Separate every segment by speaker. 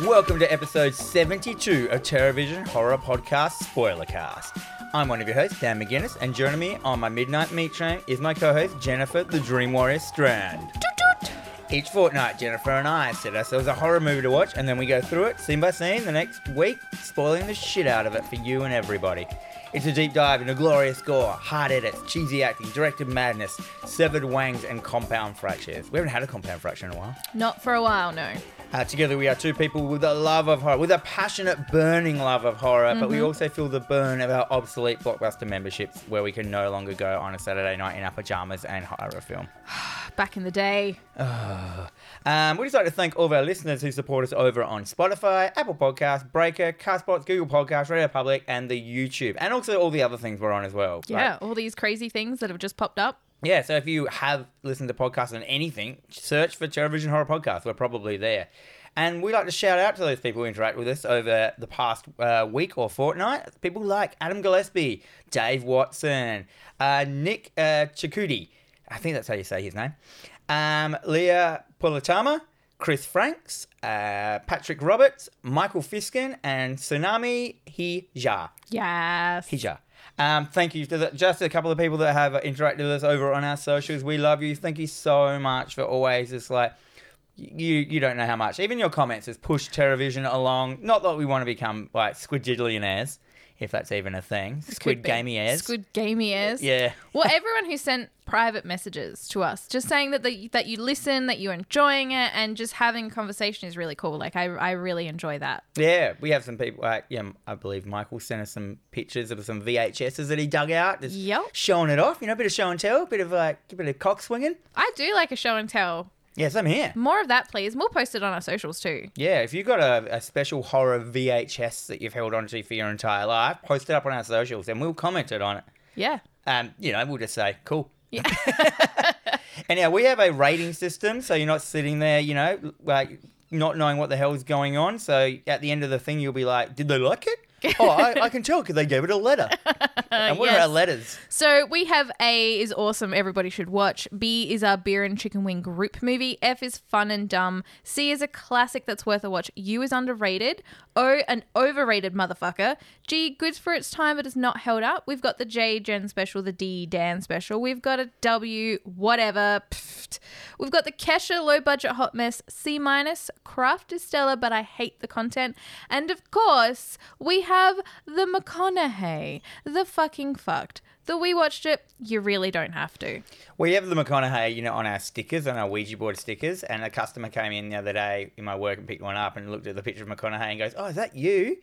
Speaker 1: welcome to episode 72 of Terrorvision Horror Podcast Spoilercast. I'm one of your hosts, Dan McGuinness, and joining me on my midnight meat train is my co-host, Jennifer the Dream Warrior Strand. Each fortnight, Jennifer and I set ourselves a horror movie to watch, and then we go through it scene by scene the next week, spoiling the shit out of it for you and everybody. It's a deep dive into glorious gore, hard edits, cheesy acting, directed madness, severed wangs, and compound fractures. We haven't had a compound fracture in a while.
Speaker 2: Not for a while, no.
Speaker 1: Uh, together, we are two people with a love of horror, with a passionate, burning love of horror, but we also feel the burn of our obsolete blockbuster memberships where we can no longer go on a Saturday night in our pajamas and horror film.
Speaker 2: Back in the day.
Speaker 1: Um, we'd just like to thank all of our listeners who support us over on Spotify, Apple Podcasts, Breaker, Castbox, Google Podcasts, Radio Public, and the YouTube, and also all the other things we're on as well.
Speaker 2: Yeah,
Speaker 1: Like,
Speaker 2: all these crazy things that have just popped up.
Speaker 1: yeah, so if you have listened to podcasts on anything, search for Television Horror Podcast. We're probably there. And we like to shout out to those people who interact with us over the past uh, week or fortnight. People like Adam Gillespie, Dave Watson, uh, Nick uh, Chikuti. I think that's how you say his name. Um, Leah Pulatama, Chris Franks, uh, Patrick Roberts, Michael Fiskin, and Tsunami Hija.
Speaker 2: Yes.
Speaker 1: Hija. Um, thank you to the, just a couple of people that have interacted with us over on our socials. We love you. Thank you so much for always just like you you don't know how much. Even your comments has pushed Terrorvision along. Not that we want to become like squidgidillionaires, if that's even a thing. Squid
Speaker 2: Could be.
Speaker 1: gamey
Speaker 2: Squid gamey airs.
Speaker 1: Yeah.
Speaker 2: Well, everyone who sent private messages to us, just saying that the, that you listen, that you're enjoying it, and just having conversation is really cool. Like I, I really enjoy that.
Speaker 1: Yeah, we have some people. Like, yeah, I believe Michael sent us some pictures of some VHSs that he dug out. Just
Speaker 2: Yep.
Speaker 1: showing it off. You know, a bit of show and tell, a bit of like a bit of cock swinging.
Speaker 2: I do like a show and tell.
Speaker 1: Yes, I'm here.
Speaker 2: More of that, please. And We'll post it on our socials too.
Speaker 1: Yeah, if you've got a, a special horror VHS that you've held onto for your entire life, post it up on our socials and we'll comment it on it.
Speaker 2: Yeah.
Speaker 1: Um, you know, we'll just say, cool. Anyhow, we have a rating system, so you're not sitting there, you know, like not knowing what the hell's going on. So at the end of the thing, you'll be like, did they like it? oh, I, I can tell because they gave it a letter. and what are our
Speaker 2: yes.
Speaker 1: letters?
Speaker 2: So we have A is awesome, everybody should watch. B is our beer and chicken wing group movie. F is fun and dumb. C is a classic that's worth a watch. U is underrated. O an overrated motherfucker. G good for its time but is not held up. We've got the J Jen special, the D Dan special. We've got a W whatever. Pfft. We've got the Kesha low budget hot mess. C minus craft is stellar but I hate the content. And of course we have the McConaughey, the fucking fucked. The We Watched It, you really don't have to.
Speaker 1: We have the McConaughey, you know, on our stickers, on our Ouija board stickers. And a customer came in the other day in my work and picked one up and looked at the picture of McConaughey and goes, "Oh, is that you?"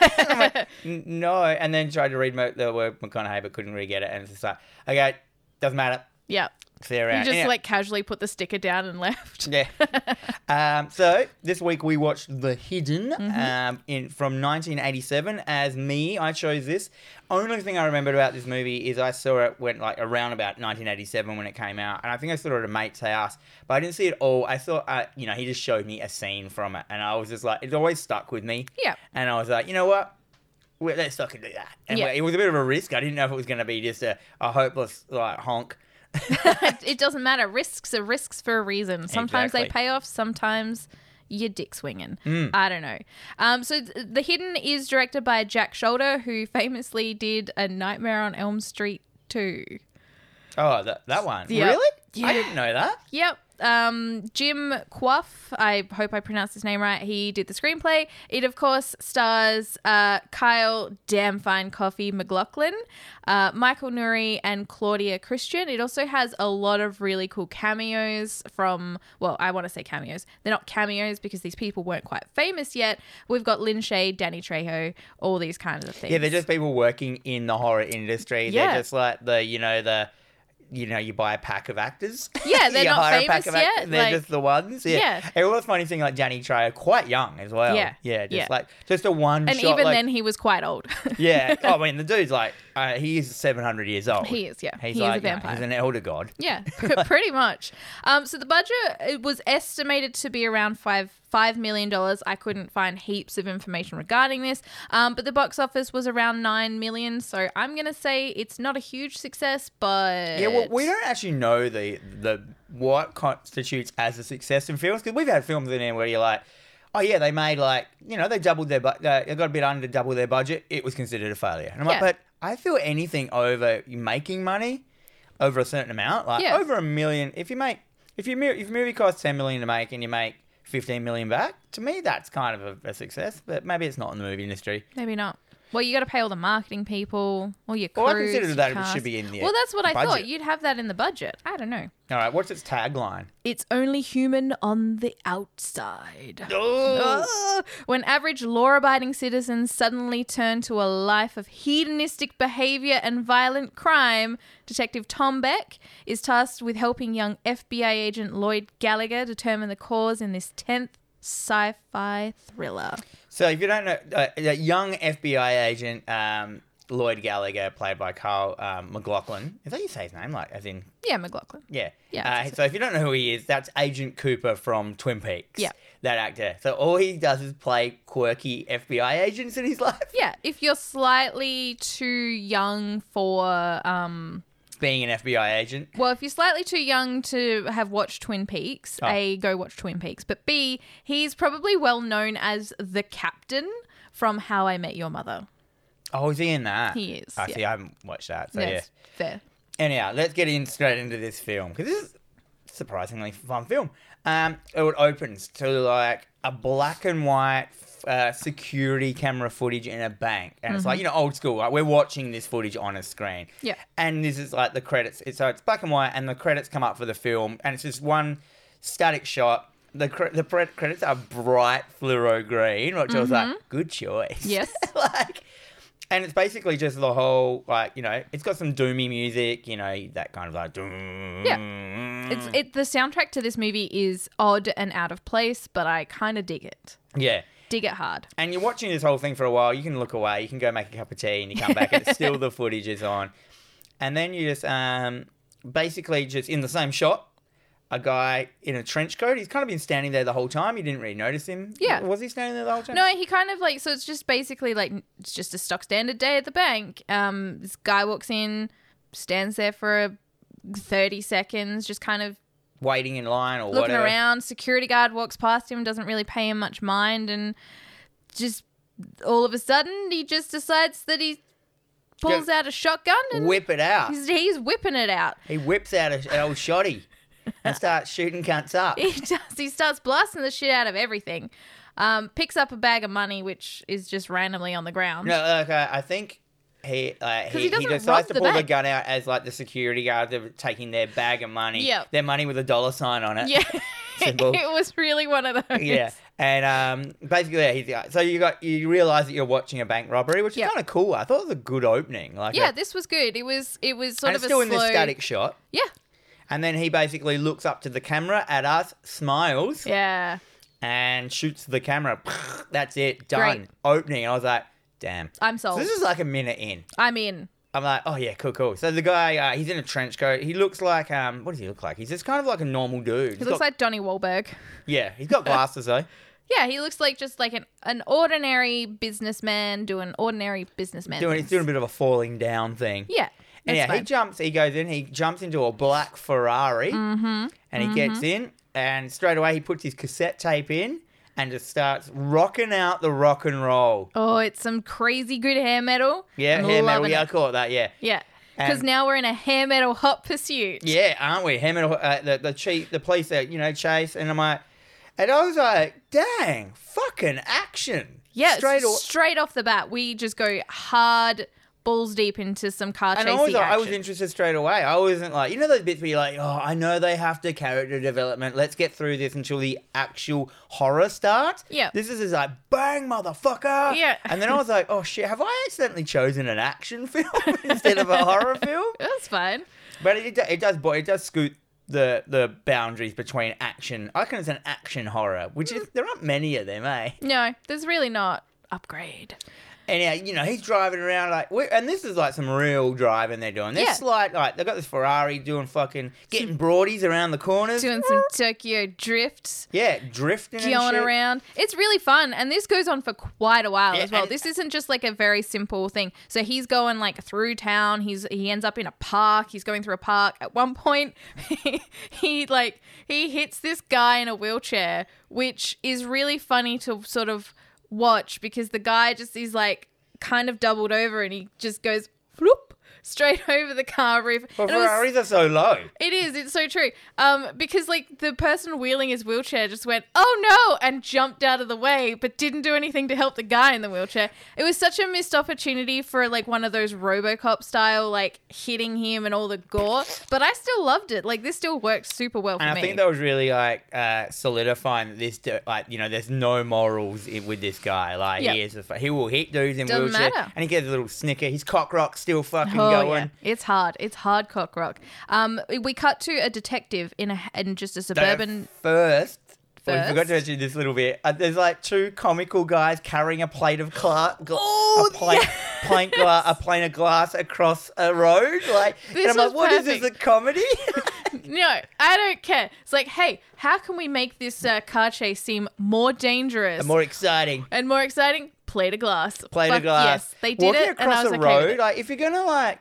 Speaker 2: Yeah.
Speaker 1: N- No, and then tried to read mo- the word McConaughey but couldn't really get it, and it's just like, okay, doesn't matter.
Speaker 2: yeah.
Speaker 1: Clear
Speaker 2: You
Speaker 1: out.
Speaker 2: just
Speaker 1: Anyhow,
Speaker 2: like casually put the sticker down and left.
Speaker 1: yeah. um, so this week we watched The Hidden
Speaker 2: Mm-hmm.
Speaker 1: um, in from 1987. As me, I chose this. Only thing I remembered about this movie is I saw it went like around about 1987 when it came out, and I think I saw it at a mate's house, but I didn't see it all. I saw, uh, you know, he just showed me a scene from it, and I was just like, it always stuck with me.
Speaker 2: Yeah.
Speaker 1: And I was like, you know what? Well, let's fucking do that. And
Speaker 2: Yeah.
Speaker 1: it was a bit of a risk. I didn't know if it was going to be just a, a hopeless like honk.
Speaker 2: it doesn't matter. Risks are risks for a reason. Sometimes they
Speaker 1: Exactly.
Speaker 2: pay off, sometimes you're dick swinging. I don't know. Um, so th- The Hidden is directed by Jack Shoulder, who famously did A Nightmare on Elm Street 2.
Speaker 1: Oh, that, that one.
Speaker 2: Yeah.
Speaker 1: Really?
Speaker 2: Yeah.
Speaker 1: I didn't know that.
Speaker 2: Yep. Um, Jim Quaff, I hope I pronounced his name right. He did the screenplay. It, of course, stars uh, Kyle Damn Fine Coffee McLaughlin, uh, Michael Nuri, and Claudia Christian. It also has a lot of really cool cameos from, well, I want to say cameos. They're not cameos because these people weren't quite famous yet. We've got Lynn Shay, Danny Trejo, all these kinds of things.
Speaker 1: Yeah, they're just people working in the horror industry.
Speaker 2: Yeah.
Speaker 1: They're just like the, you know, the, you know, you buy a pack of actors.
Speaker 2: Yeah, they're
Speaker 1: you
Speaker 2: not
Speaker 1: hire a pack
Speaker 2: famous
Speaker 1: of act-
Speaker 2: yet,
Speaker 1: They're
Speaker 2: like-
Speaker 1: just the ones. Yeah.
Speaker 2: Yeah.
Speaker 1: It was funny thing like Danny Trejo, quite young as well.
Speaker 2: Yeah.
Speaker 1: Yeah. Just
Speaker 2: Yeah.
Speaker 1: like just a one.
Speaker 2: and
Speaker 1: shot,
Speaker 2: even
Speaker 1: like-
Speaker 2: then, he was quite old.
Speaker 1: yeah. Oh, I mean, the dude's like uh, he is seven hundred years old.
Speaker 2: He is, yeah.
Speaker 1: He's
Speaker 2: He is a
Speaker 1: like you know,
Speaker 2: vampire.
Speaker 1: he's an elder god.
Speaker 2: Yeah, pretty much. Um, so the budget it was estimated to be around five five million dollars. I couldn't find heaps of information regarding this, um, but the box office was around nine million. So I'm gonna say it's not a huge success, but
Speaker 1: Yeah, well, we don't actually know the the what constitutes as a success in films because we've had films in there where you're like, oh yeah, they made like you know they doubled their bu- uh, they they got a bit under double their budget. It was considered a failure. And I'm like,
Speaker 2: Yeah.
Speaker 1: but I feel anything over making money over a certain amount, like
Speaker 2: Yeah.
Speaker 1: over a million. If you make if you if a movie costs ten million to make and you make fifteen million back, to me that's kind of a, a success. But maybe it's not in the movie industry.
Speaker 2: Maybe not. Well, you got to pay all the marketing people, all your crews.
Speaker 1: Well, I consider
Speaker 2: your
Speaker 1: that it should
Speaker 2: cast.
Speaker 1: be in the
Speaker 2: Well, that's what I
Speaker 1: budget.
Speaker 2: thought. You'd have that in the budget. I don't know.
Speaker 1: All right, what's its tagline?
Speaker 2: It's only human on the outside.
Speaker 1: Oh,
Speaker 2: Ugh. When average law abiding citizens suddenly turn to a life of hedonistic behavior and violent crime, Detective Tom Beck is tasked with helping young FBI agent Lloyd Gallagher determine the cause in this 10th sci fi thriller.
Speaker 1: So if you don't know, uh, a young FBI agent um, Lloyd Gallagher, played by Carl um, McLaughlin, is that you say his name? Like, as in,
Speaker 2: Yeah, McLaughlin.
Speaker 1: yeah,
Speaker 2: Yeah,
Speaker 1: Uh,
Speaker 2: that's it.
Speaker 1: so if you don't know who he is, that's Agent Cooper from Twin Peaks.
Speaker 2: Yeah.
Speaker 1: that actor. So all he does is play quirky FBI agents in his life.
Speaker 2: Yeah, if you're slightly too young for, um,
Speaker 1: Being an FBI agent,
Speaker 2: well, if you're slightly too young to have watched Twin Peaks,
Speaker 1: Oh.
Speaker 2: A, go watch Twin Peaks. But B, he's probably well known as the captain from How I Met Your Mother.
Speaker 1: oh, is he in that?
Speaker 2: He is,
Speaker 1: I
Speaker 2: yeah.
Speaker 1: see. I haven't watched that. So Oh, yeah.
Speaker 2: That's fair.
Speaker 1: Anyhow, let's get in straight into this film because this is a surprisingly fun film. Um, it opens to like a black and white uh, security camera footage in a bank, and it's like you know old school. Like we're watching this footage on a screen.
Speaker 2: Yeah.
Speaker 1: and this is like the credits. It's, so it's black and white, and the credits come up for the film, and it's just one static shot. The, cre- the pre- credits are bright fluoro green, which I was like, good choice.
Speaker 2: Yes.
Speaker 1: like, and it's basically just the whole like you know it's got some doomy music you know that kind of like doom. yeah
Speaker 2: It's it. The soundtrack to this movie is odd and out of place, but I kind of dig it.
Speaker 1: yeah
Speaker 2: Dig it hard.
Speaker 1: and you're watching this whole thing for a while you can look away you can go make a cup of tea and you come back and still the footage is on and then you just um basically just in the same shot a guy in a trench coat he's kind of been standing there the whole time you didn't really notice him
Speaker 2: Yeah.
Speaker 1: was he standing there the whole time
Speaker 2: No, he kind of like so it's just basically like it's just a stock standard day at the bank. Um this guy walks in, stands there for a 30 seconds, just kind of
Speaker 1: waiting in line or
Speaker 2: looking
Speaker 1: whatever
Speaker 2: around. Security guard walks past him, doesn't really pay him much mind and just all of a sudden he just decides that he pulls out a shotgun and
Speaker 1: whip it out
Speaker 2: he's, he's whipping it out.
Speaker 1: he whips out a, an old shoddy and starts shooting cunts up
Speaker 2: He does. He starts blasting the shit out of everything. Um, picks up a bag of money, which is just randomly on the ground.
Speaker 1: No, like uh, I think he uh,
Speaker 2: he
Speaker 1: he, he,
Speaker 2: doesn't rob
Speaker 1: decides to
Speaker 2: the
Speaker 1: pull the
Speaker 2: bank.
Speaker 1: gun out as like the security guards are taking their bag of money,
Speaker 2: Yep.
Speaker 1: their money with a dollar sign on it.
Speaker 2: Yeah.
Speaker 1: Simple.
Speaker 2: it was really one of those.
Speaker 1: Yeah, and um, basically, yeah, he's uh, so you got you realize that you're watching a bank robbery, which is
Speaker 2: Yep.
Speaker 1: kind of cool. I thought it was a good opening. Like,
Speaker 2: Yeah,
Speaker 1: a,
Speaker 2: this was good. It was it was sort
Speaker 1: and it's
Speaker 2: of a
Speaker 1: still
Speaker 2: slow
Speaker 1: in this static shot,
Speaker 2: Yeah.
Speaker 1: and then he basically looks up to the camera at us, smiles,
Speaker 2: Yeah.
Speaker 1: and shoots the camera. That's it, done.
Speaker 2: Great. Oh.
Speaker 1: Opening. I was like, damn.
Speaker 2: I'm
Speaker 1: So
Speaker 2: sold.
Speaker 1: this is like a minute in.
Speaker 2: I'm in.
Speaker 1: I'm like, oh yeah, cool, cool. So the guy, uh, he's in a trench coat. He looks like, um, what does he look like? He's just kind of like a normal dude.
Speaker 2: He looks like Donnie Wahlberg.
Speaker 1: yeah, he's got glasses though.
Speaker 2: Yeah, he looks like just like an, an ordinary businessman doing ordinary businessman.
Speaker 1: Doing, he's
Speaker 2: things.
Speaker 1: doing a bit of a falling down thing.
Speaker 2: Yeah.
Speaker 1: and
Speaker 2: That's
Speaker 1: yeah, he
Speaker 2: fine.
Speaker 1: jumps. He goes in. He jumps into a black Ferrari,
Speaker 2: Mm-hmm,
Speaker 1: and he gets in, and straight away he puts his cassette tape in and just starts rocking out the rock and roll.
Speaker 2: oh, it's some crazy good hair metal.
Speaker 1: Yeah,
Speaker 2: I'm
Speaker 1: hair metal.
Speaker 2: loving
Speaker 1: Yeah, I
Speaker 2: it.
Speaker 1: call it that. Yeah.
Speaker 2: Yeah. Because
Speaker 1: And-
Speaker 2: now we're in a hair metal hot pursuit.
Speaker 1: Yeah, aren't we? Him and uh, the the chief, the police, uh, you know, chase, and I'm like, and I was like, dang, fucking action.
Speaker 2: Yeah,
Speaker 1: straight
Speaker 2: straight,
Speaker 1: away.
Speaker 2: straight off the bat, we just go hard, balls deep into some car
Speaker 1: And
Speaker 2: chasing
Speaker 1: I was,
Speaker 2: action.
Speaker 1: I was interested straight away. I wasn't like, you know, those bits where you're like, oh, I know they have to character development. Let's get through this until the actual horror starts.
Speaker 2: Yeah.
Speaker 1: This is just like, bang, motherfucker.
Speaker 2: Yeah.
Speaker 1: And then I was like, oh, shit, have I accidentally chosen an action film instead of a horror film?
Speaker 2: That's fine.
Speaker 1: But it, it does bo- it does scoot the the boundaries between action. I reckon it's an action horror, which is there aren't many of them, eh?
Speaker 2: No, there's really not. upgrade.
Speaker 1: And uh, you know he's driving around like, we and this is like some real driving they're doing. They're
Speaker 2: Yeah.
Speaker 1: slight like they got this Ferrari doing fucking getting broadies around the corners,
Speaker 2: Doing some Tokyo drifts.
Speaker 1: yeah, drifting, and
Speaker 2: Going
Speaker 1: shit.
Speaker 2: around. It's really fun. And this goes on for quite a while
Speaker 1: Yeah,
Speaker 2: as well.
Speaker 1: and-
Speaker 2: This isn't just like a very simple thing. So he's going like through town. He's he ends up in a park. He's going through a park. At one point he, like he hits this guy in a wheelchair, which is really funny to sort of watch because the guy just is like kind of doubled over and he just goes floop straight over the car roof.
Speaker 1: But
Speaker 2: And it was
Speaker 1: Ferraris are so low.
Speaker 2: it is. It's so true. Um, because like the person wheeling his wheelchair just went, "Oh no!" and jumped out of the way, but didn't do anything to help the guy in the wheelchair. It was such a missed opportunity for like one of those RoboCop style like hitting him and all the gore. But I still loved it. Like this still works super well for
Speaker 1: And I
Speaker 2: me.
Speaker 1: think that was really like uh, solidifying that this, du- like, you know, there's no morals i with this guy. Like,
Speaker 2: Yeah.
Speaker 1: he is, a, fu- he will hit dudes in
Speaker 2: Doesn't
Speaker 1: wheelchair,
Speaker 2: matter.
Speaker 1: and he gets a little snicker. His cock rock's still fucking
Speaker 2: Oh,
Speaker 1: going.
Speaker 2: Yeah. It's hard. It's hard cock rock. Um, we cut to a detective in a in just a
Speaker 1: But
Speaker 2: suburban.
Speaker 1: first. well, we forgot
Speaker 2: First.
Speaker 1: to mention this little bit. Uh, there's like two comical guys carrying a plate of glass, gla-
Speaker 2: Oh,
Speaker 1: a plate, plate gla- a plane of glass across a road. Like,
Speaker 2: This
Speaker 1: and I'm like,
Speaker 2: was
Speaker 1: what is this
Speaker 2: perfect.
Speaker 1: a comedy?
Speaker 2: No, I don't care. It's like, hey, how can we make this uh, car chase seem more dangerous?
Speaker 1: More exciting.
Speaker 2: And more exciting, plate of glass.
Speaker 1: plate
Speaker 2: Fuck
Speaker 1: of glass.
Speaker 2: Yes, they did
Speaker 1: Walking
Speaker 2: it,
Speaker 1: across
Speaker 2: and I was
Speaker 1: a
Speaker 2: okay
Speaker 1: road.
Speaker 2: with it.
Speaker 1: Like if you're gonna like,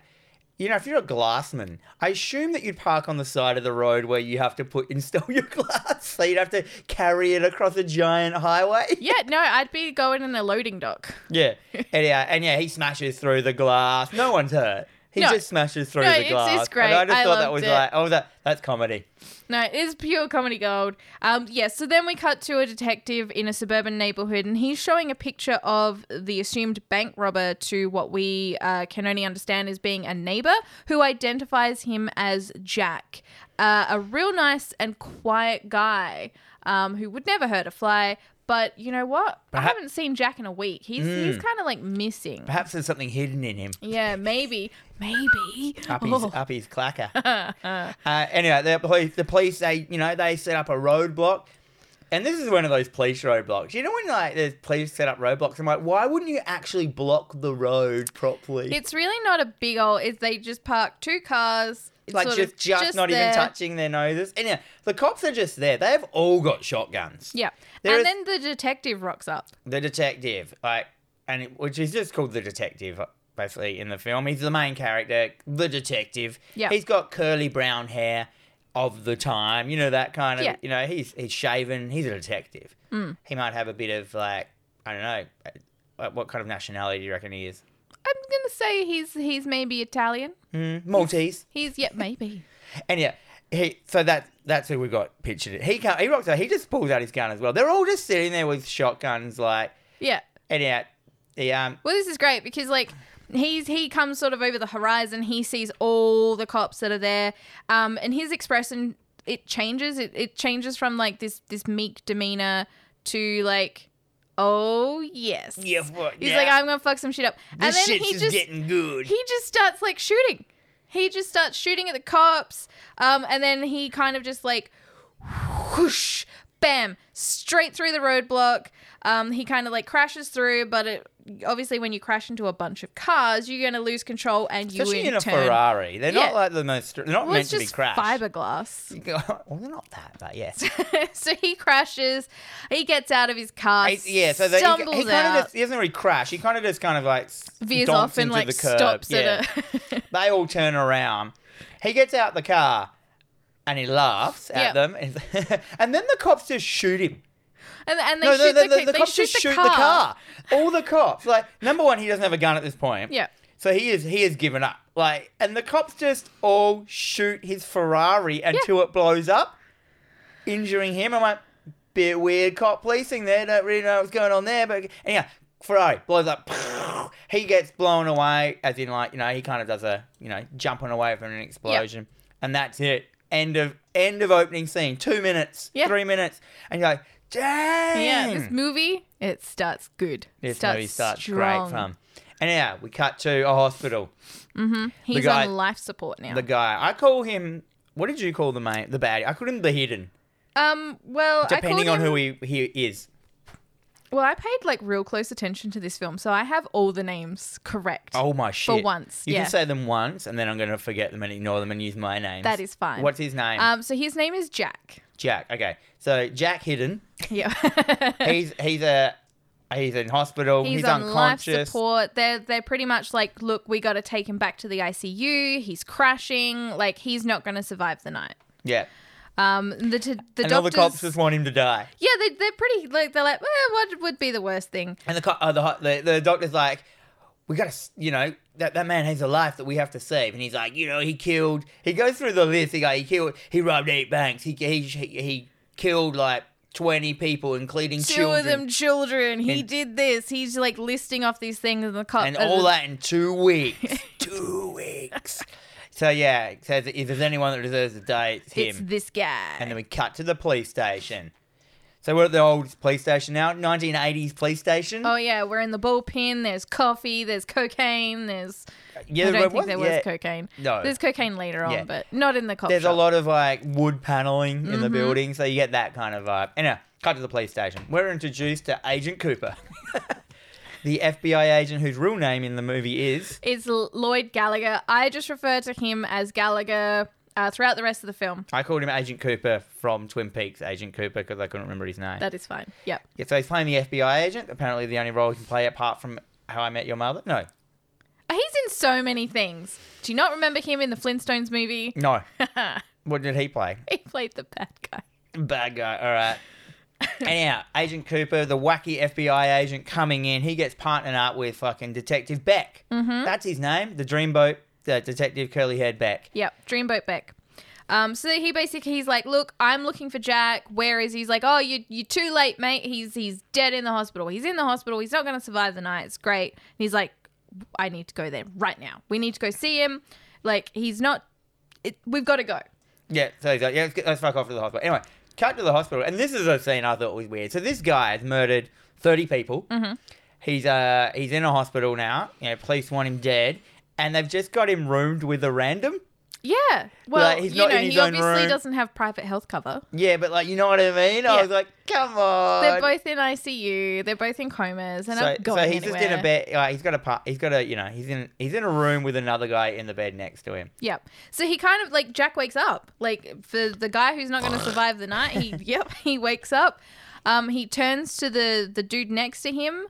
Speaker 1: you know, if you're a glassman, I assume that you'd park on the side of the road where you have to put install your glass, so you'd have to carry it across a giant highway.
Speaker 2: Yeah, no, I'd be going in a loading dock.
Speaker 1: Yeah, and yeah, and yeah, he smashes through the glass. No one's hurt. He
Speaker 2: No.
Speaker 1: just smashes through
Speaker 2: No,
Speaker 1: the
Speaker 2: it's-
Speaker 1: glass.
Speaker 2: it's great.
Speaker 1: And I just
Speaker 2: I
Speaker 1: thought that
Speaker 2: loved
Speaker 1: was
Speaker 2: it.
Speaker 1: like, oh, that that's comedy.
Speaker 2: No, it is pure comedy gold. Um, yeah, so then we cut to a detective in a suburban neighborhood, and he's showing a picture of the assumed bank robber to what we uh, can only understand as being a neighbor who identifies him as Jack, uh, a real nice and quiet guy um, who would never hurt a fly. But you know what? I
Speaker 1: Perha-
Speaker 2: haven't seen Jack in a week. He's
Speaker 1: Hmm.
Speaker 2: he's kind of like missing.
Speaker 1: Perhaps there's something hidden in him.
Speaker 2: Yeah, maybe, maybe.
Speaker 1: Up his,
Speaker 2: Oh.
Speaker 1: up his clacker. uh, anyway, the police, the police, they, you know, they set up a roadblock, and this is one of those police roadblocks. You know when like there's police set up roadblocks, I'm like, why wouldn't you actually block the road properly?
Speaker 2: It's really not a big old. It's they just park two cars. It's
Speaker 1: like
Speaker 2: sort
Speaker 1: just,
Speaker 2: of
Speaker 1: just, not
Speaker 2: there.
Speaker 1: even touching their noses. And yeah, the cops are just there. They've all got shotguns.
Speaker 2: Yeah,
Speaker 1: There is-
Speaker 2: and then the detective rocks up.
Speaker 1: The detective, like, and it, which is just called the detective. Basically, in the film, he's the main character, the detective.
Speaker 2: Yeah.
Speaker 1: He's got curly brown hair of the time, you know that kind of.
Speaker 2: Yeah. Mm.
Speaker 1: You know, he's he's shaven. He's a detective. He might have a bit of like I don't know. uh, What kind of nationality do you reckon he is?
Speaker 2: I'm gonna say he's he's maybe Italian.
Speaker 1: Mm, Maltese.
Speaker 2: He's yeah maybe.
Speaker 1: And yeah, he so that that's who we got pictured. He can't, he rocks out. He just pulls out his gun as well. They're all just sitting there with shotguns, like
Speaker 2: Yeah.
Speaker 1: and yeah, the um
Speaker 2: Well, this is great because like he's he comes sort of over the horizon. He sees all the cops that are there, um, and his expression it changes. It, it changes from like this this meek demeanor to like, oh yes,
Speaker 1: Yeah, what-
Speaker 2: He's
Speaker 1: yeah.
Speaker 2: like, I'm gonna fuck some shit up, and
Speaker 1: this
Speaker 2: then
Speaker 1: shit's
Speaker 2: he
Speaker 1: just,
Speaker 2: just
Speaker 1: getting good.
Speaker 2: he just starts like shooting. He just starts shooting at the cops, um, and then he kind of just like whoosh, bam, straight through the roadblock. Um, he kind of like crashes through, but it obviously when you crash into a bunch of cars, you're gonna lose control and you
Speaker 1: Especially in
Speaker 2: in
Speaker 1: a
Speaker 2: turn.
Speaker 1: Ferrari. They're
Speaker 2: Yeah.
Speaker 1: not like the most. They're not
Speaker 2: Well,
Speaker 1: meant
Speaker 2: it's
Speaker 1: to be
Speaker 2: just
Speaker 1: crashed.
Speaker 2: fiberglass.
Speaker 1: well, they're not that, but yeah.
Speaker 2: so he crashes. He gets out of his car.
Speaker 1: He- yeah, so they, he, he
Speaker 2: stumbles
Speaker 1: kind of
Speaker 2: out,
Speaker 1: just, he doesn't really crash. He kind of just kind of like s-
Speaker 2: veers
Speaker 1: dumps
Speaker 2: off and
Speaker 1: into
Speaker 2: like
Speaker 1: the curb.
Speaker 2: stops
Speaker 1: yeah.
Speaker 2: at a.
Speaker 1: they all turn around. He gets out the car and he laughs
Speaker 2: Yeah.
Speaker 1: at them, and, and then the cops just shoot him.
Speaker 2: and, and they
Speaker 1: No,
Speaker 2: shoot
Speaker 1: the, the,
Speaker 2: the, ca-
Speaker 1: the
Speaker 2: they
Speaker 1: cops just shoot the car. All the cops. Like number one, he doesn't have a gun at this point.
Speaker 2: Yeah.
Speaker 1: So he is he is given up. Like, and the cops just all shoot his Ferrari until it blows up, injuring him. I'm like, bit weird cop policing there. Don't really know what's going on there, but anyhow, Ferrari blows up. He gets blown away, as in like you know he kind of does a you know jumping away from an explosion, and that's it. End of end of opening scene. Two minutes,
Speaker 2: Yeah.
Speaker 1: three minutes, and you're like, dang.
Speaker 2: Yeah, this movie it starts good.
Speaker 1: This
Speaker 2: starts
Speaker 1: movie starts
Speaker 2: strong.
Speaker 1: great fun. And yeah, we cut to a hospital.
Speaker 2: He's
Speaker 1: guy-
Speaker 2: on life support now.
Speaker 1: The guy, I call him. What did you call the main, the baddie? I called him the hidden,
Speaker 2: um, well,
Speaker 1: depending
Speaker 2: I
Speaker 1: on
Speaker 2: called him,
Speaker 1: who he he is.
Speaker 2: Well, I paid like real close attention to this film, so I have all the names correct.
Speaker 1: Oh my shit!
Speaker 2: once,
Speaker 1: you
Speaker 2: yeah.
Speaker 1: can say them once, and then I'm going to forget them and ignore them and use my name.
Speaker 2: That is fine.
Speaker 1: What's his name?
Speaker 2: Um, so his name is Jack.
Speaker 1: Jack. Okay, so Jack Hidden.
Speaker 2: Yeah.
Speaker 1: He's he's a he's in hospital. He's,
Speaker 2: He's, on life
Speaker 1: unconscious.
Speaker 2: support. They're they're pretty much like, look, we got to take him back to the ICU. He's crashing. Like he's not going to survive the night.
Speaker 1: yeah,
Speaker 2: Um, the t- the
Speaker 1: and
Speaker 2: doctors.
Speaker 1: all the cops just want him to die.
Speaker 2: yeah, they, they're pretty. Like they're like, well, what would be the worst thing?
Speaker 1: And the co- uh, the, ho- the the doctor's like, we gotta, s- you know, that that man has a life that we have to save. And he's like, you know, he killed. He goes through the list. He like, he killed. He robbed eight banks. He he he, he killed like twenty people, including
Speaker 2: Two
Speaker 1: children.
Speaker 2: of them children. He
Speaker 1: And-
Speaker 2: did this. He's like listing off these things, and the cops
Speaker 1: and all that in two weeks. two weeks. So yeah, it says if there's anyone that deserves a day, it's him.
Speaker 2: It's this guy.
Speaker 1: and then we cut to the police station. So we're at the old police station now, 1980s police station.
Speaker 2: Oh yeah, we're in the bullpen. There's coffee. There's cocaine. There's
Speaker 1: yeah,
Speaker 2: I
Speaker 1: there
Speaker 2: don't think there was
Speaker 1: yeah.
Speaker 2: cocaine.
Speaker 1: No.
Speaker 2: there's cocaine later on,
Speaker 1: Yeah.
Speaker 2: but not in the coffee.
Speaker 1: There's a lot of like wood paneling in the building, so you get that kind of vibe. Anyway, cut to the police station. We're introduced to Agent Cooper, the FBI agent whose real name in the movie is.
Speaker 2: It's L- Lloyd Gallagher. I just refer to him as Gallagher uh, throughout the rest of the film.
Speaker 1: I called him Agent Cooper from Twin Peaks, Agent Cooper, because I couldn't remember his name.
Speaker 2: That is fine. Yep.
Speaker 1: yeah, so he's playing the FBI agent. Apparently, the only role he can play apart from How I Met Your Mother. No,
Speaker 2: He's in so many things. Do you not remember him in the Flintstones movie?
Speaker 1: no. what did he play?
Speaker 2: he played the bad guy.
Speaker 1: Bad guy. All right. Anyhow, Agent Cooper, the wacky FBI agent coming in, he gets partnered up with fucking Detective Beck. Mm-hmm. That's his name, the Dreamboat, the Detective Curly Haired Beck.
Speaker 2: Yep, Dreamboat Beck. Um, so he basically he's like, look, I'm looking for Jack. Where is he? He's like, oh, you you too late, mate. He's he's dead in the hospital. He's in the hospital. He's not gonna survive the night. It's great. And he's like, I need to go there right now. We need to go see him. Like he's not. It, we've got to go.
Speaker 1: Yeah, so he's like, yeah, let's, get, let's fuck off to the hospital. Anyway, cut to the hospital, and this is a scene I thought was weird. So this guy has murdered thirty people. Mm-hmm. He's uh he's in a hospital now. You know, police want him dead, and they've just got him roomed with a random.
Speaker 2: Yeah. Well,
Speaker 1: he's
Speaker 2: you
Speaker 1: not
Speaker 2: know,
Speaker 1: in his
Speaker 2: he
Speaker 1: own
Speaker 2: obviously
Speaker 1: room.
Speaker 2: doesn't have private health cover.
Speaker 1: Yeah, but like you know what I mean. I
Speaker 2: Yeah.
Speaker 1: was like, come on.
Speaker 2: They're both in ICU. They're both in comas. And
Speaker 1: so,
Speaker 2: I'm
Speaker 1: so
Speaker 2: going
Speaker 1: he's
Speaker 2: anywhere.
Speaker 1: just in a bed. Like, he's got a part. He's got a you know he's in he's in a room with another guy in the bed next to him.
Speaker 2: Yep. So he kind of like Jack wakes up. Like for the guy who's not going to survive the night, he yep, he wakes up. Um he turns to the the dude next to him.